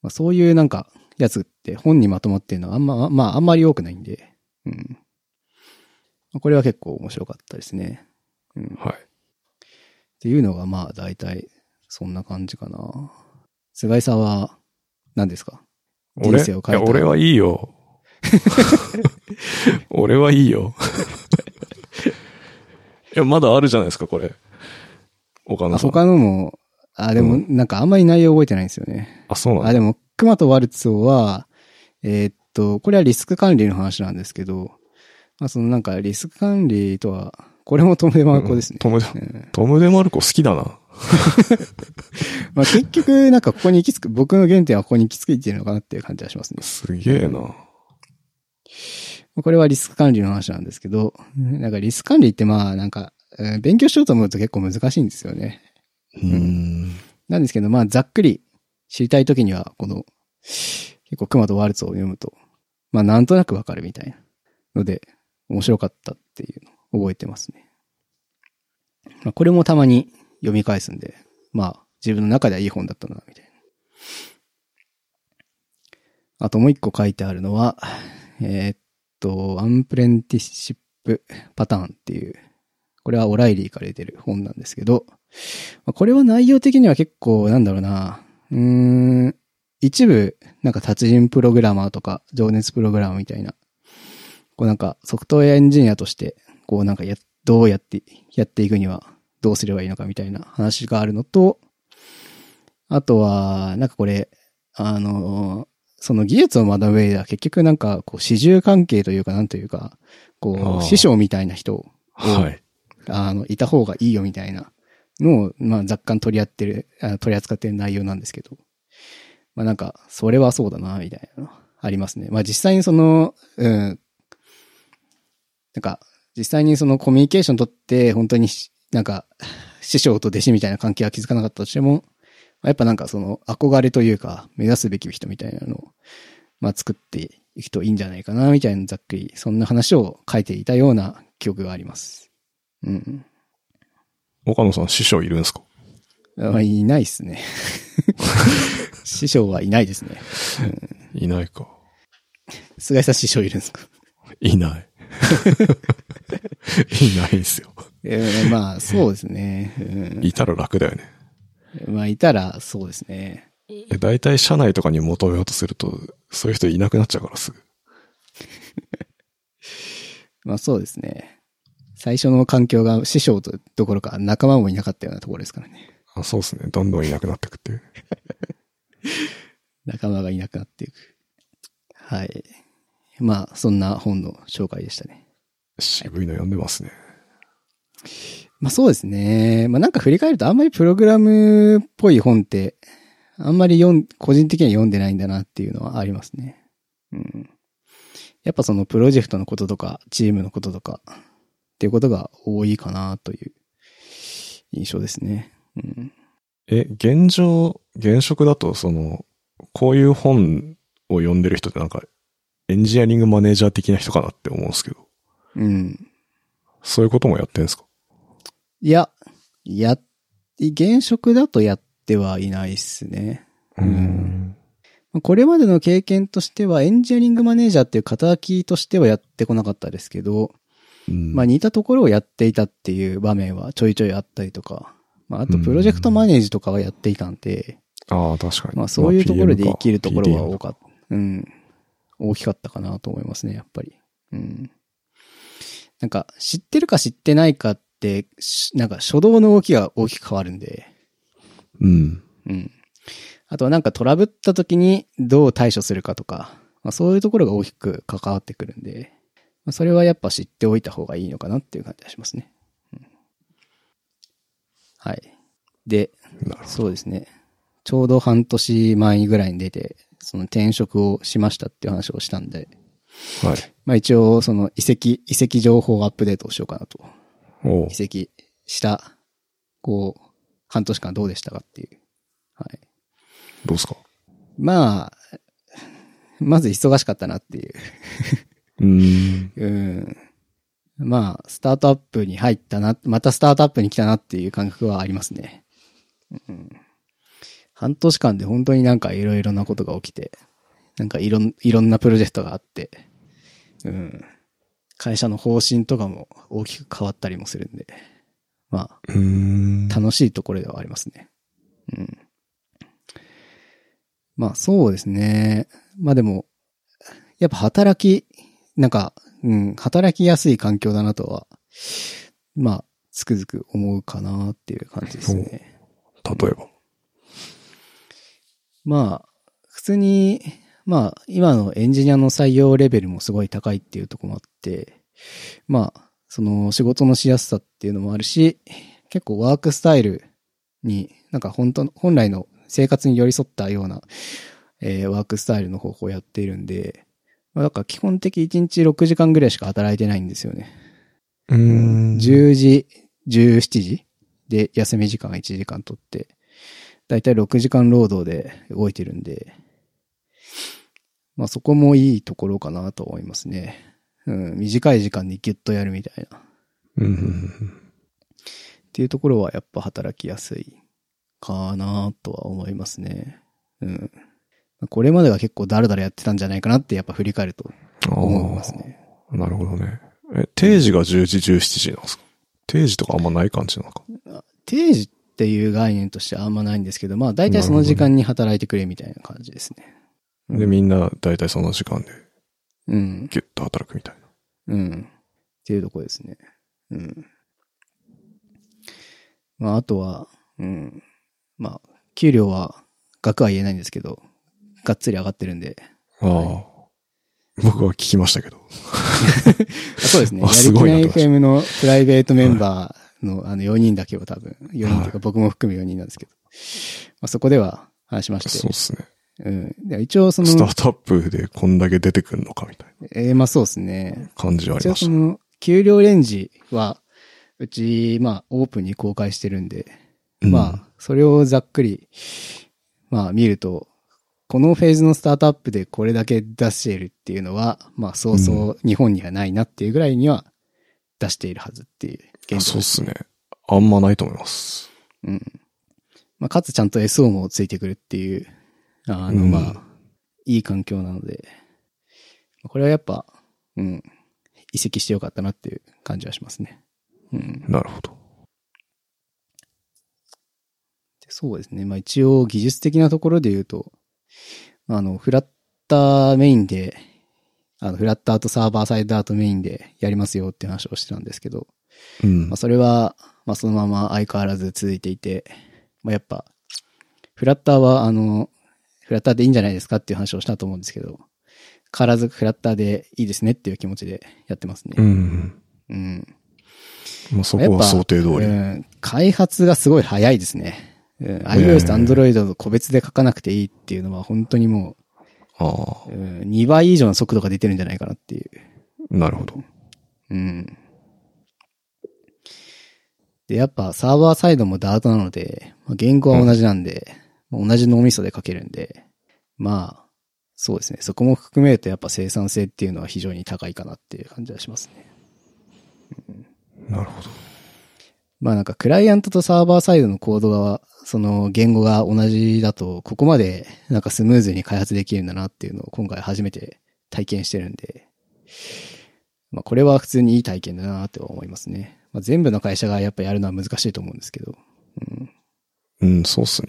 [SPEAKER 1] まあそういうなんか、やつって本にまとまってるのはあんま、まああんまり多くないんで、うん。まあこれは結構面白かったですね。うん。
[SPEAKER 2] はい。
[SPEAKER 1] っていうのがまあ大体そんな感じかな。菅井さんは何ですか
[SPEAKER 2] 俺、
[SPEAKER 1] 人生
[SPEAKER 2] い
[SPEAKER 1] を変え
[SPEAKER 2] や
[SPEAKER 1] た
[SPEAKER 2] 俺はいい よ。俺はいい よ。いや、まだあるじゃないですか、これ。岡
[SPEAKER 1] あ
[SPEAKER 2] 野さん。
[SPEAKER 1] 他のも、あ、で
[SPEAKER 2] う
[SPEAKER 1] もなんかあんまり内容覚えてないんですよね。
[SPEAKER 2] あ、そうなんだ
[SPEAKER 1] あ、でも、熊とワルツォは、えーっと、これはリスク管理の話なんですけど、まあそのなんかリスク管理とは、これもトムデマーコですね。
[SPEAKER 2] トムデ、
[SPEAKER 1] うん
[SPEAKER 2] トムデマルコ好きだな。
[SPEAKER 1] まあ結局なんかここに行き着く、僕の原点はここに行き着いてるのかなっていう感じはしますね。
[SPEAKER 2] すげえな。
[SPEAKER 1] まあこれはリスク管理の話なんですけど、なんかリスク管理ってまあなんか、うん勉強しようと思うと結構難しいんですよね。
[SPEAKER 2] うん。
[SPEAKER 1] なんですけど、まあざっくり知りたいときには、この、結構熊とワルツを読むと、まあなんとなくわかるみたいな。ので、面白かったっていうのを覚えてますね。まあ、これもたまに読み返すんで、まあ、自分の中ではいい本だったな、みたいな。あともう一個書いてあるのは、えーっと、アンプレンティシップパターンっていう、これはオライリーから出てる本なんですけど、まあこれは内容的には結構、なんだろうな、うーん、一部、なんか達人プログラマーとか、情熱プログラマーみたいな、こうなんかソフトウェアエンジニアとして、こうなんかや、どうやって、やっていくにはどうすればいいのかみたいな話があるのと、あとは、なんかこれ、あの、その技術を学ぶ上では結局なんか、こう、始終関係というかなんというか、こ
[SPEAKER 2] あー
[SPEAKER 1] う、師匠みたいな人を
[SPEAKER 2] はい。
[SPEAKER 1] あの、いた方がいいよみたいなのを、まあ、若干取り合ってる、あ取り扱ってる内容なんですけど。まあ、なんか、それはそうだな、みたいなのありますね。まあ、実際にその、うん、なんか、実際にそのコミュニケーション取って、本当にし、なんか、師匠と弟子みたいな関係は築かなかったとしても、まあやっぱなんかその憧れというか、目指すべき人みたいなのを、まあ、作っていくといいんじゃないかな、みたいな、ざっくり、そんな話を書いていたような記憶があります。うん。
[SPEAKER 2] 岡野さん師匠いるんですか
[SPEAKER 1] あいないっすね。 師匠はいないですね。
[SPEAKER 2] いないか。
[SPEAKER 1] 菅井さん師匠いるんですか
[SPEAKER 2] い ない。いないんすよ。
[SPEAKER 1] えーまあ、そうですね。
[SPEAKER 2] いたら楽だよね。
[SPEAKER 1] うん、まあ、いたら、そうですね。
[SPEAKER 2] いや大体社内とかに求めようとすると、そういう人いなくなっちゃうからすぐ。
[SPEAKER 1] まあ、そうですね。最初の環境が師匠とどころか仲間もいなかったようなところですからね。
[SPEAKER 2] あそうですね。どんどんいなくなってくっていう。
[SPEAKER 1] 仲間がいなくなっていく。はい。まあ、そんな本の紹介でしたね。
[SPEAKER 2] 渋いの読んでますね。
[SPEAKER 1] まあそうですね。まあなんか振り返るとあんまりプログラムっぽい本って、あんまり読ん、個人的には読んでないんだなっていうのはありますね。うん。やっぱそのプロジェクトのこととか、チームのこととか、っていうことが多いかなという印象ですね。うん。
[SPEAKER 2] え、現状、現職だと、その、こういう本を読んでる人ってなんか、エンジニアリングマネージャー的な人かなって思うんですけど、
[SPEAKER 1] うん。
[SPEAKER 2] そういうこともやってんですか
[SPEAKER 1] いや、や、現職だとやってはいないっすね。うん。まあこれまでの経験としては、エンジニアリングマネージャーっていう肩書きとしてはやってこなかったですけど、
[SPEAKER 2] うん
[SPEAKER 1] まあ似たところをやっていたっていう場面はちょいちょいあったりとか、まああとプロジェクトマネージとかはやっていたんで、
[SPEAKER 2] ああ、確かに。
[SPEAKER 1] まあそういうところで生きるところは多
[SPEAKER 2] 多
[SPEAKER 1] かった。うん。大きかったかなと思いますね、やっぱり。うん。なんか知ってるか知ってないかって、しなんか初動の動きが大きく変わるんで、
[SPEAKER 2] うん。
[SPEAKER 1] うん。あとはなんかトラブった時にどう対処するかとか、まあ、そういうところが大きく関わってくるんで、まあ、それはやっぱ知っておいた方がいいのかなっていう感じがしますね。うん、はい。で、
[SPEAKER 2] なるほ
[SPEAKER 1] そうですね。ちょうど半年前ぐらいに出て、その転職をしましたっていう話をしたんで、
[SPEAKER 2] ど。はい。
[SPEAKER 1] まあ一応その遺跡、遺跡情報アップデートをしようかなと。
[SPEAKER 2] おう
[SPEAKER 1] 移籍した、こう、半年間どうでしたかっていう。はい。
[SPEAKER 2] どうすか
[SPEAKER 1] まあ、まず忙しかったなっていう。
[SPEAKER 2] うん。
[SPEAKER 1] うん。まあ、スタートアップに入ったな、またスタートアップに来たなっていう感覚はありますね。うん。半年間で本当になんかいろいろなことが起きて、なんかいろん、いろんなプロジェクトがあって、うん。会社の方針とかも大きく変わったりもするんで、まあ、
[SPEAKER 2] うん。
[SPEAKER 1] 楽しいところではありますね。うん。まあそうですね。まあでも、やっぱ働き、なんか、うん、働きやすい環境だなとは、まあ、つくづく思うかなっていう感じですね。
[SPEAKER 2] 例えば。
[SPEAKER 1] まあ、普通に、まあ、今のエンジニアの採用レベルもすごい高いっていうところもあって、まあ、その仕事のしやすさっていうのもあるし、結構ワークスタイルに、なんか本当の、本来の生活に寄り添ったような、えーワークスタイルの方法をやっているんで、まあ、だから基本的1日6時間ぐらいしか働いてないんですよね。
[SPEAKER 2] う
[SPEAKER 1] 10時、17時で休み時間1時間取って、だいたい6時間労働で動いてるんで、まあそこもいいところかなと思いますね。うん、短い時間でギュッとやるみたいな。っ
[SPEAKER 2] うんうんうん。
[SPEAKER 1] ていうところはやっぱ働きやすいかなとは思いますね。うん。これまでが結構ダラダラやってたんじゃないかなってやっぱ振り返ると思いますね。
[SPEAKER 2] あーなるほどね。え、定時が10時、17時なんですか定時とかあんまない感じなのか。
[SPEAKER 1] 定時っていう概念としてあんまないんですけど、まあ大体その時間に働いてくれみたいな感じですね。うん
[SPEAKER 2] で、みんな大体その時間で
[SPEAKER 1] うん。
[SPEAKER 2] ギュッと働くみたいな。
[SPEAKER 1] うん。っていうとこですね。うん。まあ、あとは、うん。まあ、給料は、額は言えないんですけど、がっつり上がってるんで。
[SPEAKER 2] ああ、僕は聞きましたけど。
[SPEAKER 1] あそうですね。や
[SPEAKER 2] あ
[SPEAKER 1] る
[SPEAKER 2] す
[SPEAKER 1] 気
[SPEAKER 2] ごい
[SPEAKER 1] な
[SPEAKER 2] ないと思い
[SPEAKER 1] FM のプライベートメンバーの、あの、4人だけを多分、4人というか僕も含め4人なんですけど。まあ、そこでは話しまし
[SPEAKER 2] そう
[SPEAKER 1] て
[SPEAKER 2] で。すね。
[SPEAKER 1] うん。で一応そ
[SPEAKER 2] スタ
[SPEAKER 1] の、
[SPEAKER 2] ートアップでこんだけ出てくんのかみたい
[SPEAKER 1] えーまあそうですね
[SPEAKER 2] な。感じはあ
[SPEAKER 1] 一
[SPEAKER 2] り
[SPEAKER 1] 応
[SPEAKER 2] まし
[SPEAKER 1] そ
[SPEAKER 2] た。
[SPEAKER 1] の、給料レンジは、うち、まあ、オープンに公開してるんで、
[SPEAKER 2] うん
[SPEAKER 1] まあ、それをざっくり、まあ、見ると、このフェーズのスタートアップでこれだけ出しているっていうのは、まあ、そうそう日本にはないなっていうぐらいには出しているはずっていう
[SPEAKER 2] あ
[SPEAKER 1] 現
[SPEAKER 2] そう
[SPEAKER 1] 状
[SPEAKER 2] で。すね。あんまないと思います。
[SPEAKER 1] うん。まあ、かつちゃんと SO もついてくるっていう、あの、
[SPEAKER 2] うん
[SPEAKER 1] まあ、いい環境なので、これはやっぱ、うん、移籍してよかったなっていう感じはしますね。うん。
[SPEAKER 2] なるほど。
[SPEAKER 1] でそうですね。まあ一応技術的なところで言うと、あの、フラッターメインで、あの、フラッターとサーバーサイダーとメインでやりますよって話をしてたんですけど、
[SPEAKER 2] うん
[SPEAKER 1] まあ。それは、まあそのまま相変わらず続いていて、まあやっぱ、フラッターはあの、フラッターでいいんじゃないですかっていう話をしたと思うんですけど、変わらずフラッターでいいですねっていう気持ちでやってます
[SPEAKER 2] う
[SPEAKER 1] ね。
[SPEAKER 2] ん。
[SPEAKER 1] うん。
[SPEAKER 2] まあ、そこは想定通
[SPEAKER 1] う
[SPEAKER 2] り。
[SPEAKER 1] ん開発がすごい早いですね。うん、
[SPEAKER 2] え
[SPEAKER 1] iOS と Android の個別で書かなくていいっていうのは本当にも
[SPEAKER 2] あ
[SPEAKER 1] う、うん、2倍以上の速度が出てるんじゃないかなっていう。
[SPEAKER 2] あ、なるほど。
[SPEAKER 1] うん。で、やっぱサーバーサイドも Dart なので、まあ言語は同じなんで、同じ脳みそで書けるんで、まあ、そうですね。そこも含めるとやっぱ生産性っていうのは非常に高いかなっていう感じはしますね。
[SPEAKER 2] なるほど。
[SPEAKER 1] まあなんかクライアントとサーバーサイドのコードが、その言語が同じだと、ここまでなんかスムーズに開発できるんだなっていうのを今回初めて体験してるんで、まあこれは普通にいい体験だなとは思いますね。まあ全部の会社がやっぱやるのは難しいと思うんですけど、うん。
[SPEAKER 2] うん、そうっすね。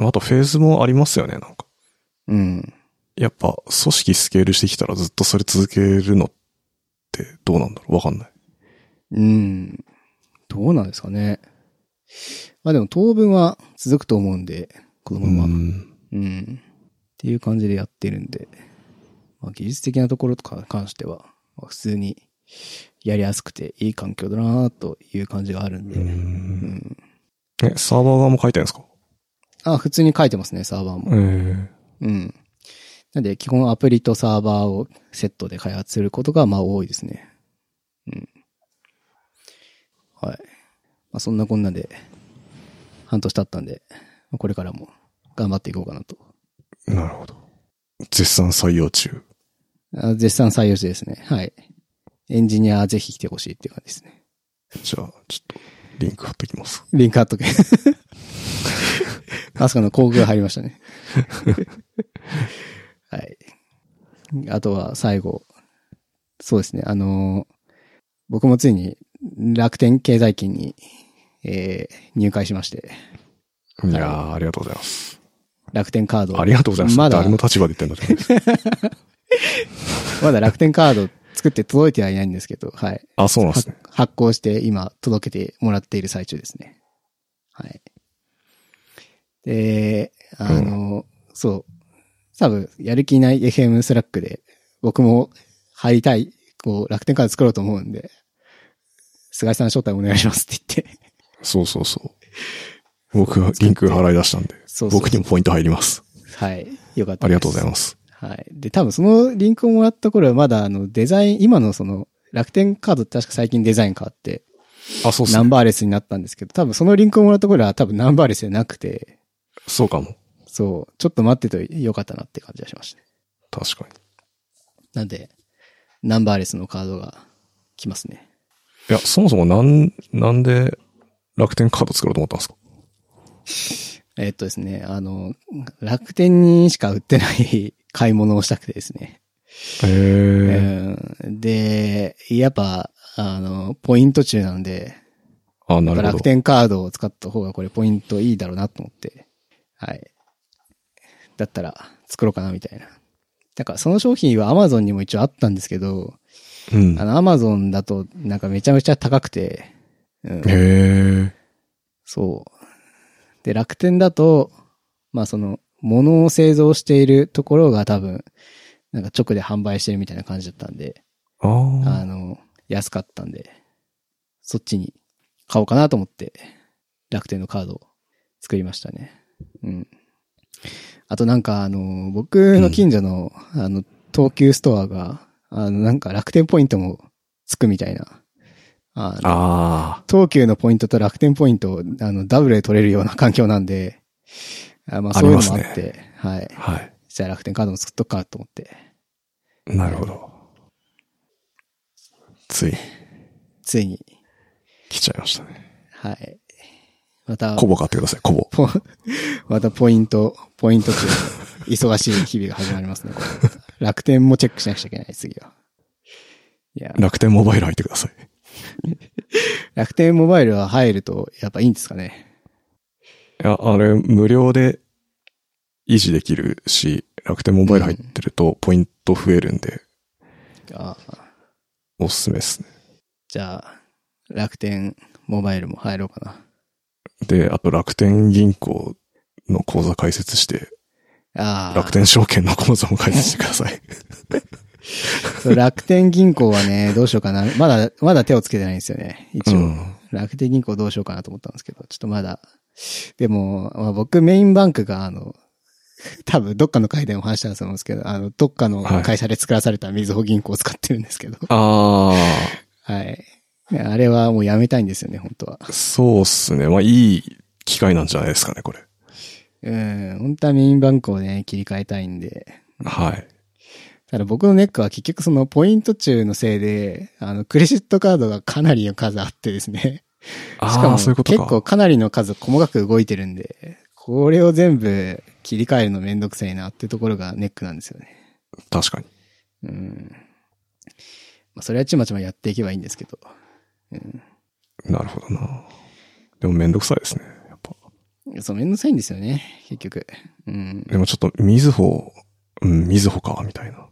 [SPEAKER 2] あとフェーズもありますよね、なんか。
[SPEAKER 1] うん。
[SPEAKER 2] やっぱ、組織スケールしてきたらずっとそれ続けるのってどうなんだろうわかんない。
[SPEAKER 1] うん。どうなんですかね。まあでも当分は続くと思うんで、このまま。
[SPEAKER 2] ん。
[SPEAKER 1] うん。っていう感じでやってるんで、まあ、技術的なところとかに関しては、まあ普通にやりやすくていい環境だなという感じがあるんで、
[SPEAKER 2] う
[SPEAKER 1] うんん
[SPEAKER 2] え、サーバー側も書いてるんですか
[SPEAKER 1] あ、普通に書いてますね、サーバー
[SPEAKER 2] え
[SPEAKER 1] も。
[SPEAKER 2] え
[SPEAKER 1] うん。なんで、基本アプリとサーバーをセットで開発することが、まあ多いですね。うん。はい。まあそんなこんなで、半年経ったんで、まあこれからも頑張っていこうかなと。
[SPEAKER 2] なるほど。絶賛採用中。
[SPEAKER 1] あ絶賛採用中ですね。はい。エンジニアぜひ来てほしいっていう感じですね。
[SPEAKER 2] じゃあ、ちょっと、リンク貼ってきます。
[SPEAKER 1] リンク貼っ とけ。あそこの工具が入りました ね。はい。あとは最後。そうですね。あのー僕もついに楽天経済金に、えー入会しまして、
[SPEAKER 2] いやー、ありがとうございます。
[SPEAKER 1] 楽天カード。
[SPEAKER 2] ありがとうございます。
[SPEAKER 1] まだ
[SPEAKER 2] 誰の立場で言ってんだじゃ ないですか。
[SPEAKER 1] まだ楽天カード作って届いてはいないんですけど、はい。
[SPEAKER 2] あ、そうなんですね。
[SPEAKER 1] は発行して今届けてもらっている最中ですね。はい。で、あの、そう。多分、やる気ない FM スラックで、僕も入りたい、こう、楽天カード作ろうと思うんで、菅井さん招待お願いしますって言って、
[SPEAKER 2] そうそうそう。僕はリンク払い出したんで、
[SPEAKER 1] そうそう
[SPEAKER 2] 僕にもポイント入ります。
[SPEAKER 1] はい。よかったです。
[SPEAKER 2] ありがとうございます。
[SPEAKER 1] はい。で、多分そのリンクをもらった頃はまだあのデザイン、今のその楽天カードって確か最近デザイン変わって、
[SPEAKER 2] あ、そうっす
[SPEAKER 1] ナン
[SPEAKER 2] ね。
[SPEAKER 1] バーレスになったんですけど、多分そのリンクをもらった頃は多分ナンバーレスじゃなくて、
[SPEAKER 2] そうかも。
[SPEAKER 1] そう、ちょっと待ってとよかったなって感じがしましたね。
[SPEAKER 2] 確か
[SPEAKER 1] なんで、ナンバーレスのカードが来ますね。
[SPEAKER 2] いや、そもそもなん、なんで楽天カード作ろうと思ったんですか
[SPEAKER 1] えっとですね、あの、楽天にしか売ってない 買い物をしたくてですね。
[SPEAKER 2] へえ。
[SPEAKER 1] うんで、やっぱ、あの、ポイント中なんで、
[SPEAKER 2] あ、なるほ
[SPEAKER 1] 楽
[SPEAKER 2] ど。
[SPEAKER 1] 天カードを使った方がこれポイントいいだろうなと思って、はい。だったら作ろうかなみたいな。だからその商品は Amazon にも一応あったんですけど、
[SPEAKER 2] うん。
[SPEAKER 1] あ
[SPEAKER 2] へ
[SPEAKER 1] の Amazon だとなんかめちゃめちゃ高くて、うん、
[SPEAKER 2] え。
[SPEAKER 1] そう。で、楽天だと、まあその、物を製造しているところが多分、なんか直で販売してるみたいな感じだったんで、
[SPEAKER 2] ああ。
[SPEAKER 1] あの、安かったんで、そっちに買おうかなと思って、楽天のカードを作りましたね。うん。あとなんか、あの、僕の近所の、あの、東急ストアが、あの、なんか楽天ポイントもつくみたいな、あの、
[SPEAKER 2] あ
[SPEAKER 1] 東急のポイントと楽天ポイントを、あの、ダブルで取れるような環境なんで、あまあ、
[SPEAKER 2] あ
[SPEAKER 1] そ
[SPEAKER 2] り
[SPEAKER 1] ういう
[SPEAKER 2] ま
[SPEAKER 1] の
[SPEAKER 2] す
[SPEAKER 1] もあ
[SPEAKER 2] ね
[SPEAKER 1] って、はい。
[SPEAKER 2] あ。はい。
[SPEAKER 1] じゃあ楽天カードも作っとくかと思って、
[SPEAKER 2] なるほど。つい、
[SPEAKER 1] ついに、
[SPEAKER 2] 来ちゃいましたね。
[SPEAKER 1] はい。また、
[SPEAKER 2] コボ買ってください、コボ。
[SPEAKER 1] ポ、またポイント、ポイント中、忙しい日々が始まり ますね、これ楽天もチェックしなくちゃいけない、次は。いや、
[SPEAKER 2] 楽天モバイル入ってください。
[SPEAKER 1] 楽天モバイルは入ると、やっぱいいんですかね。
[SPEAKER 2] いや、あれ、無料で維持できるし、楽天モバイル入ってるとポイント増えるんで、
[SPEAKER 1] あ
[SPEAKER 2] おすすめですね。
[SPEAKER 1] じゃあ、楽天モバイルも入ろうかな。
[SPEAKER 2] で、あと楽天銀行の口座開設して、
[SPEAKER 1] ああ。
[SPEAKER 2] 楽天証券の口座も開設してくだ さい。
[SPEAKER 1] そう楽天銀行はね、どうしようかな。まだ、まだ手をつけてないんですよね。一応。
[SPEAKER 2] うん
[SPEAKER 1] 楽天銀行どうしようかなと思ったんですけど、ちょっとまだ。でも、まあ、僕メインバンクが、あの、 多分どっかの会でも話したと思うんですけど、あの、どっかの会社で作らされたみずほ銀行を使ってるんですけど。
[SPEAKER 2] あ
[SPEAKER 1] はい。あれはもうやめたいんですよね、本当は。
[SPEAKER 2] あ、そうっすね。まあ、いい機会なんじゃないですかね、これ。
[SPEAKER 1] うん、本当はメインバンクをね、切り替えたいんで。
[SPEAKER 2] はい。
[SPEAKER 1] ただ僕のネックは結局そのポイント中のせいで、あの、クレジットカードがかなりの数あってですね。しか
[SPEAKER 2] あ
[SPEAKER 1] も
[SPEAKER 2] あ、そういうこと
[SPEAKER 1] 結
[SPEAKER 2] か。
[SPEAKER 1] 構かなりの数細かく動いてるんで、これを全部切り替えるのめんどくせえなってところがネックなんですよね。
[SPEAKER 2] 確かに。
[SPEAKER 1] うん。まあ、それはちまちまやっていけばいいんですけど。うん。
[SPEAKER 2] なるほどな。でもめんどくさいですね。やっぱ。
[SPEAKER 1] そう、めんどくさいんですよね、結局。うん。
[SPEAKER 2] でもちょっと、みずほ、うん、みずほか、みたいな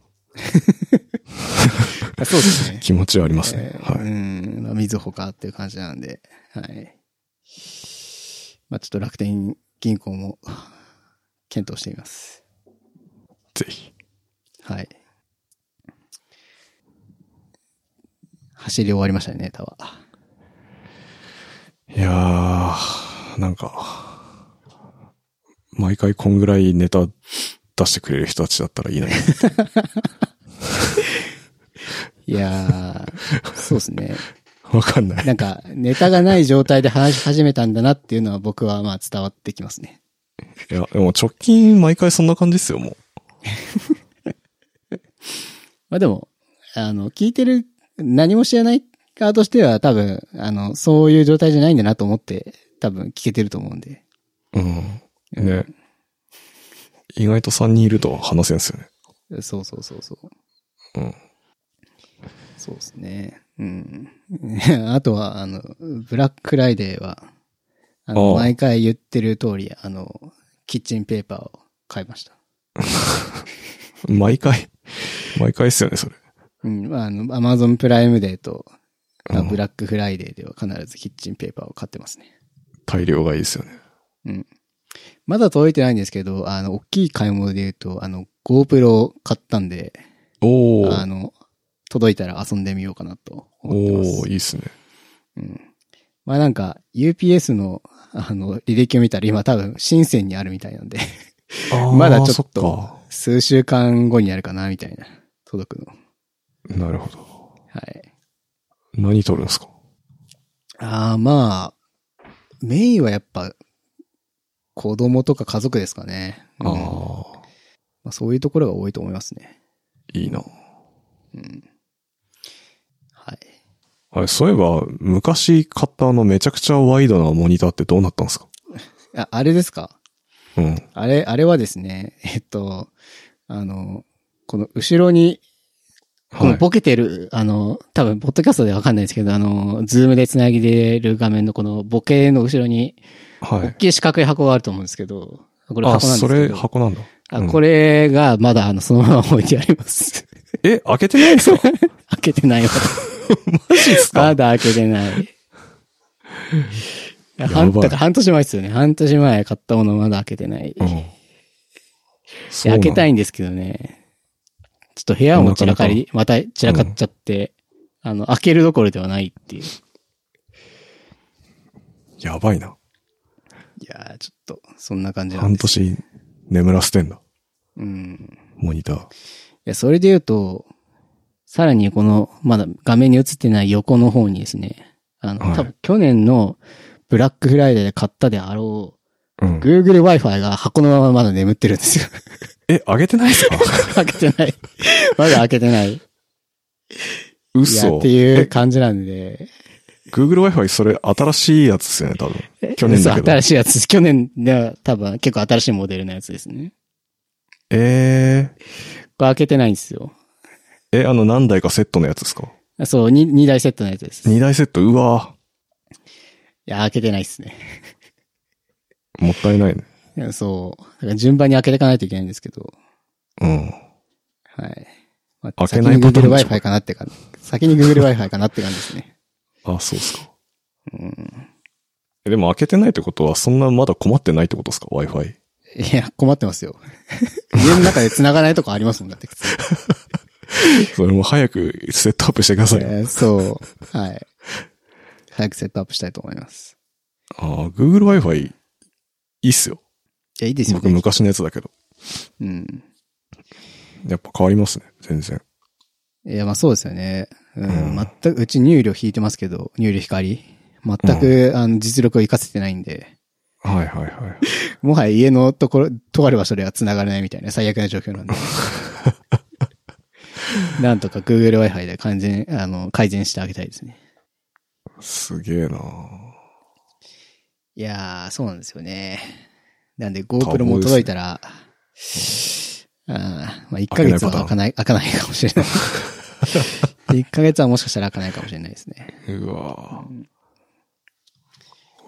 [SPEAKER 1] あそうですね。
[SPEAKER 2] 気持ちはありますね。
[SPEAKER 1] えー
[SPEAKER 2] はい。
[SPEAKER 1] うん。まあ、水ほかっていう感じなんで、はい。まあ、ちょっと楽天銀行も検討してみます。
[SPEAKER 2] ぜひ。
[SPEAKER 1] はい。走り終わりましたね、タワー。
[SPEAKER 2] いやー、なんか、毎回こんぐらいネタ出してくれる人たちだった らいいな。
[SPEAKER 1] いやー、そうですね。
[SPEAKER 2] わかんない。
[SPEAKER 1] なんか、ネタがない状態で話し始めたんだなっていうのは僕はまあ伝わってきますね。
[SPEAKER 2] いや、でも直近毎回そんな感じですよ、もう。
[SPEAKER 1] まあでも、あの、聞いてる、何も知らない側としては多分、あの、そういう状態じゃないんだなと思って、多分聞けてると思うんで。
[SPEAKER 2] うん。ね。意外と3人いると話せんすよね。
[SPEAKER 1] そうそうそうそう。
[SPEAKER 2] うん。
[SPEAKER 1] そうですね。うん。 あとは、あの、ブラックフライデーは、あの、
[SPEAKER 2] ああ
[SPEAKER 1] 毎回言ってる通り、あの、キッチンペーパーを買いました。
[SPEAKER 2] 毎回、毎回っすよね、それ。
[SPEAKER 1] うん。まああの、アマゾンプライムデーと、あ
[SPEAKER 2] うん
[SPEAKER 1] ブラックフライデーでは必ずキッチンペーパーを買ってますね。
[SPEAKER 2] 大量がいいですよね。
[SPEAKER 1] うん。まだ届いてないんですけど、あの、大きい買い物で言うと、あの、GoPro を買ったんで、
[SPEAKER 2] お
[SPEAKER 1] あ
[SPEAKER 2] ー。
[SPEAKER 1] の、届いたら遊んでみようかなと思ってます。
[SPEAKER 2] おー、いいっすね。
[SPEAKER 1] うん。まあなんか、UPS の、あの、履歴を見たら今多分、深センにあるみたいなんで、
[SPEAKER 2] あー
[SPEAKER 1] まだちょっと
[SPEAKER 2] そか
[SPEAKER 1] 数週間後になるかな、みたいな、届くの。
[SPEAKER 2] なるほど。
[SPEAKER 1] はい。
[SPEAKER 2] 何撮るんですか
[SPEAKER 1] ああ、まあ、メインはやっぱ、子供とか家族ですかね。うん
[SPEAKER 2] あ
[SPEAKER 1] まあ、そういうところが多いと思いますね。
[SPEAKER 2] あ、いいな。
[SPEAKER 1] うん。
[SPEAKER 2] あれ、そういえば、昔買ったあのめちゃくちゃワイドなモニターってどうなったんですか
[SPEAKER 1] あ、あれですか
[SPEAKER 2] うん。
[SPEAKER 1] あれ、あれはですね、えっと、あの、この後ろに、こ
[SPEAKER 2] は
[SPEAKER 1] の
[SPEAKER 2] い。
[SPEAKER 1] ボケてる、あの、多分、ポッドキャストでわかんないですけど、あの、ズームで繋ぎでる画面のこのボケの後ろに、
[SPEAKER 2] は
[SPEAKER 1] 大
[SPEAKER 2] い。
[SPEAKER 1] きい四角い箱があると思うんですけど、これ
[SPEAKER 2] あ、
[SPEAKER 1] 箱なんです
[SPEAKER 2] そ
[SPEAKER 1] け
[SPEAKER 2] れ
[SPEAKER 1] ど。
[SPEAKER 2] 箱なんだ。
[SPEAKER 1] あ、
[SPEAKER 2] うん
[SPEAKER 1] これがまだあの、そのまま置いてあります。
[SPEAKER 2] え、開けてないんですか
[SPEAKER 1] 開けてないわ。
[SPEAKER 2] マジですか
[SPEAKER 1] まだ開けてない。
[SPEAKER 2] やばい
[SPEAKER 1] 半だから半年前ですよね。半年前買ったものまだ開けてない。
[SPEAKER 2] うん。
[SPEAKER 1] いや開けた
[SPEAKER 2] い。
[SPEAKER 1] いんですけどね。ちょっと部屋も散らかり、また散らかっちゃって、あの、開けるどころではないっていう。
[SPEAKER 2] やばいな。
[SPEAKER 1] いやー、ちょっと、そんな感じなん
[SPEAKER 2] 半
[SPEAKER 1] です。
[SPEAKER 2] 年眠らせてんだ。
[SPEAKER 1] うん。
[SPEAKER 2] モニター。
[SPEAKER 1] いや、それで言うと、さらにこの、まだ画面に映ってない横の方にですね、あの、
[SPEAKER 2] はい
[SPEAKER 1] 多分去年のブラックフライデーで買ったであろ
[SPEAKER 2] う
[SPEAKER 1] う、
[SPEAKER 2] ん。
[SPEAKER 1] Google Wi-Fi が箱のまままだ眠ってるんですよ。
[SPEAKER 2] え、開けてないんですか
[SPEAKER 1] 開けてない。 まだ開けてない。いや、
[SPEAKER 2] 嘘。
[SPEAKER 1] っていう感じなんで。
[SPEAKER 2] Google Wi-Fi それ新しいやつですよね、多分。去年だけ
[SPEAKER 1] そう
[SPEAKER 2] ど
[SPEAKER 1] 新。しいやつ。去年では多分結構新しいモデルのやつですね。
[SPEAKER 2] えー、
[SPEAKER 1] これ開けてないんですよ。
[SPEAKER 2] え、あの何台かセットのやつですか
[SPEAKER 1] そう、に二台セットのやつです。い
[SPEAKER 2] ?2 台セット、うわ
[SPEAKER 1] や、開けてないですね。
[SPEAKER 2] ーもったいないね。
[SPEAKER 1] いやそう。だから順番に開けていかないといけないんですけど。
[SPEAKER 2] うん。
[SPEAKER 1] はい。まあ、
[SPEAKER 2] 開けないパター
[SPEAKER 1] 先
[SPEAKER 2] ンでしょ
[SPEAKER 1] に Google Wi-Fi かなって感じ。先に Google Wi-Fi かなって感じです ね。
[SPEAKER 2] あ、そうっすか。
[SPEAKER 1] うん。
[SPEAKER 2] えでも開けてないってことは、そんなまだ困ってないってことですか ?Wi-Fi。
[SPEAKER 1] いや、困ってますよ。家の中で繋がないとこありますもんだって普 通
[SPEAKER 2] それも早くセットアップしてください。
[SPEAKER 1] えーそう。はい。早くセットアップしたいと思います。
[SPEAKER 2] ああ、Google Wi-Fi、いいっすよ。
[SPEAKER 1] いや、いいですよ
[SPEAKER 2] 僕
[SPEAKER 1] ね。
[SPEAKER 2] 昔のやつだけど。
[SPEAKER 1] うん。
[SPEAKER 2] やっぱ変わりますね。全然。
[SPEAKER 1] いや、まあそうですよね。う。
[SPEAKER 2] うんん
[SPEAKER 1] 全く、うち入力引いてますけど、入力光。全く、あの、実力を活かせてないんで、
[SPEAKER 2] はいはいはい。
[SPEAKER 1] もはや家のところ、とある場所では繋がれないみたいな最悪な状況 なんで。なんとか Google Wi-Fi で完全、あの、改善してあげたいですね。
[SPEAKER 2] すげえない
[SPEAKER 1] やー、そうなんですよね。なんで GoPro も届いたら、あーまあ1ヶ月は開かない、開かないかもし れない。1ヶ月はもしかしたら開かないかもしれないですね。
[SPEAKER 2] うわ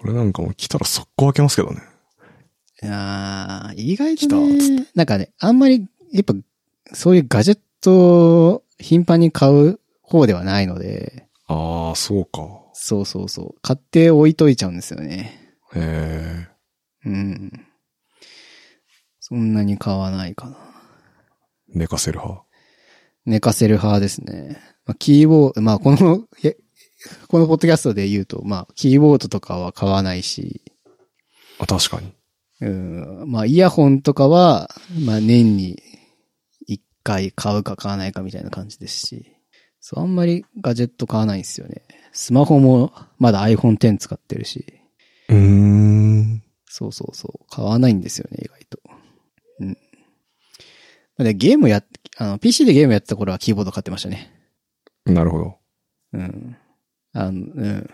[SPEAKER 2] これなんかもう来たら速攻開けますけどね。
[SPEAKER 1] あー意外とね、なんかね、あんまり、やっぱ、そういうガジェットを頻繁に買う方ではないので、
[SPEAKER 2] ああ、そうか。
[SPEAKER 1] そうそうそう。買って置いといちゃうんですよね。
[SPEAKER 2] ええ
[SPEAKER 1] うん。そんなに買わないかな。
[SPEAKER 2] 寝かせる派。
[SPEAKER 1] 寝かせる派ですね。まあ、キーボード、まあ、この、えこのポッドキャストで言うと、まあ、キーボードとかは買わないし、
[SPEAKER 2] あ、確かに。
[SPEAKER 1] うん、まあ、イヤホンとかは、まあ、年に一回買うか買わないかみたいな感じですし、そう、あんまりガジェット買わないんですよね。スマホもまだ iPhone X 使ってるし、
[SPEAKER 2] うーん。
[SPEAKER 1] そうそうそう、買わないんですよね、意外と。うん。で、ゲームやっ、あの、PC でゲームやってた頃はキーボード買ってましたね。
[SPEAKER 2] なるほど。
[SPEAKER 1] うん。あの、うん。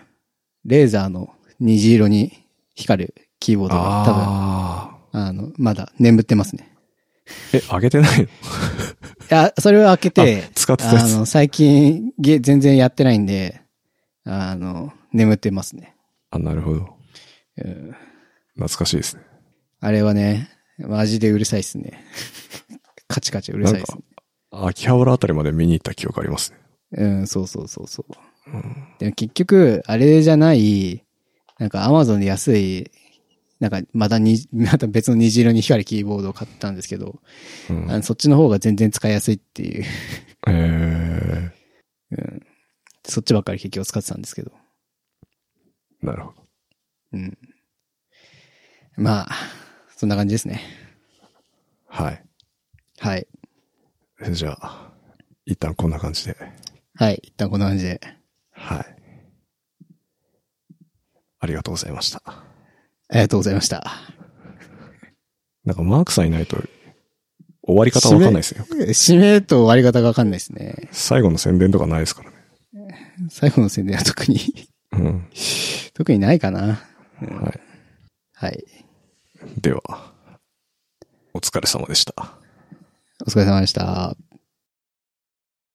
[SPEAKER 1] レーザーの虹色に光るキーボードが多分、あ
[SPEAKER 2] あ
[SPEAKER 1] の、まだ眠ってますね。
[SPEAKER 2] あ。え、開けてないの
[SPEAKER 1] いや、それを開けて、
[SPEAKER 2] あ使ってたや
[SPEAKER 1] あ
[SPEAKER 2] つ
[SPEAKER 1] の、最近、ゲ、全然やってないんで、あの、眠ってますね。
[SPEAKER 2] あ、なるほど。
[SPEAKER 1] うん。
[SPEAKER 2] 懐かしいですね。
[SPEAKER 1] あれはね、マジでうるさいっすね。 カチカチうるさいっすね。
[SPEAKER 2] 秋葉原あたりまで見に行った記憶ありますね。
[SPEAKER 1] うん、そうそうそうそう。でも結局、あれじゃない、なんか Amazon で安い、なんかまたに、また別の虹色に光るキーボードを買ったんですけど、
[SPEAKER 2] うん
[SPEAKER 1] あのそっちの方が全然使いやすいっていう、
[SPEAKER 2] え
[SPEAKER 1] うん、そっちばっかり結局使ってたんですけど。
[SPEAKER 2] ー、なるほど。
[SPEAKER 1] うん。まあ、そんな感じですね。
[SPEAKER 2] はい。
[SPEAKER 1] はい。
[SPEAKER 2] じゃあ、一旦こんな感じで。
[SPEAKER 1] はい。一旦こんな感じで。
[SPEAKER 2] はい。ありがとうございました。
[SPEAKER 1] ありがとうございました。
[SPEAKER 2] なんかマークさんいないと、終わり方わかんないですよ。
[SPEAKER 1] 締めと終わり方がわかんないですね。
[SPEAKER 2] 最後の宣伝とかないですからね。
[SPEAKER 1] 最後の宣伝は特に、
[SPEAKER 2] うん。
[SPEAKER 1] 特にないかな。
[SPEAKER 2] は
[SPEAKER 1] はい。
[SPEAKER 2] い。では、お疲れ様でした。
[SPEAKER 1] お疲れ様でした。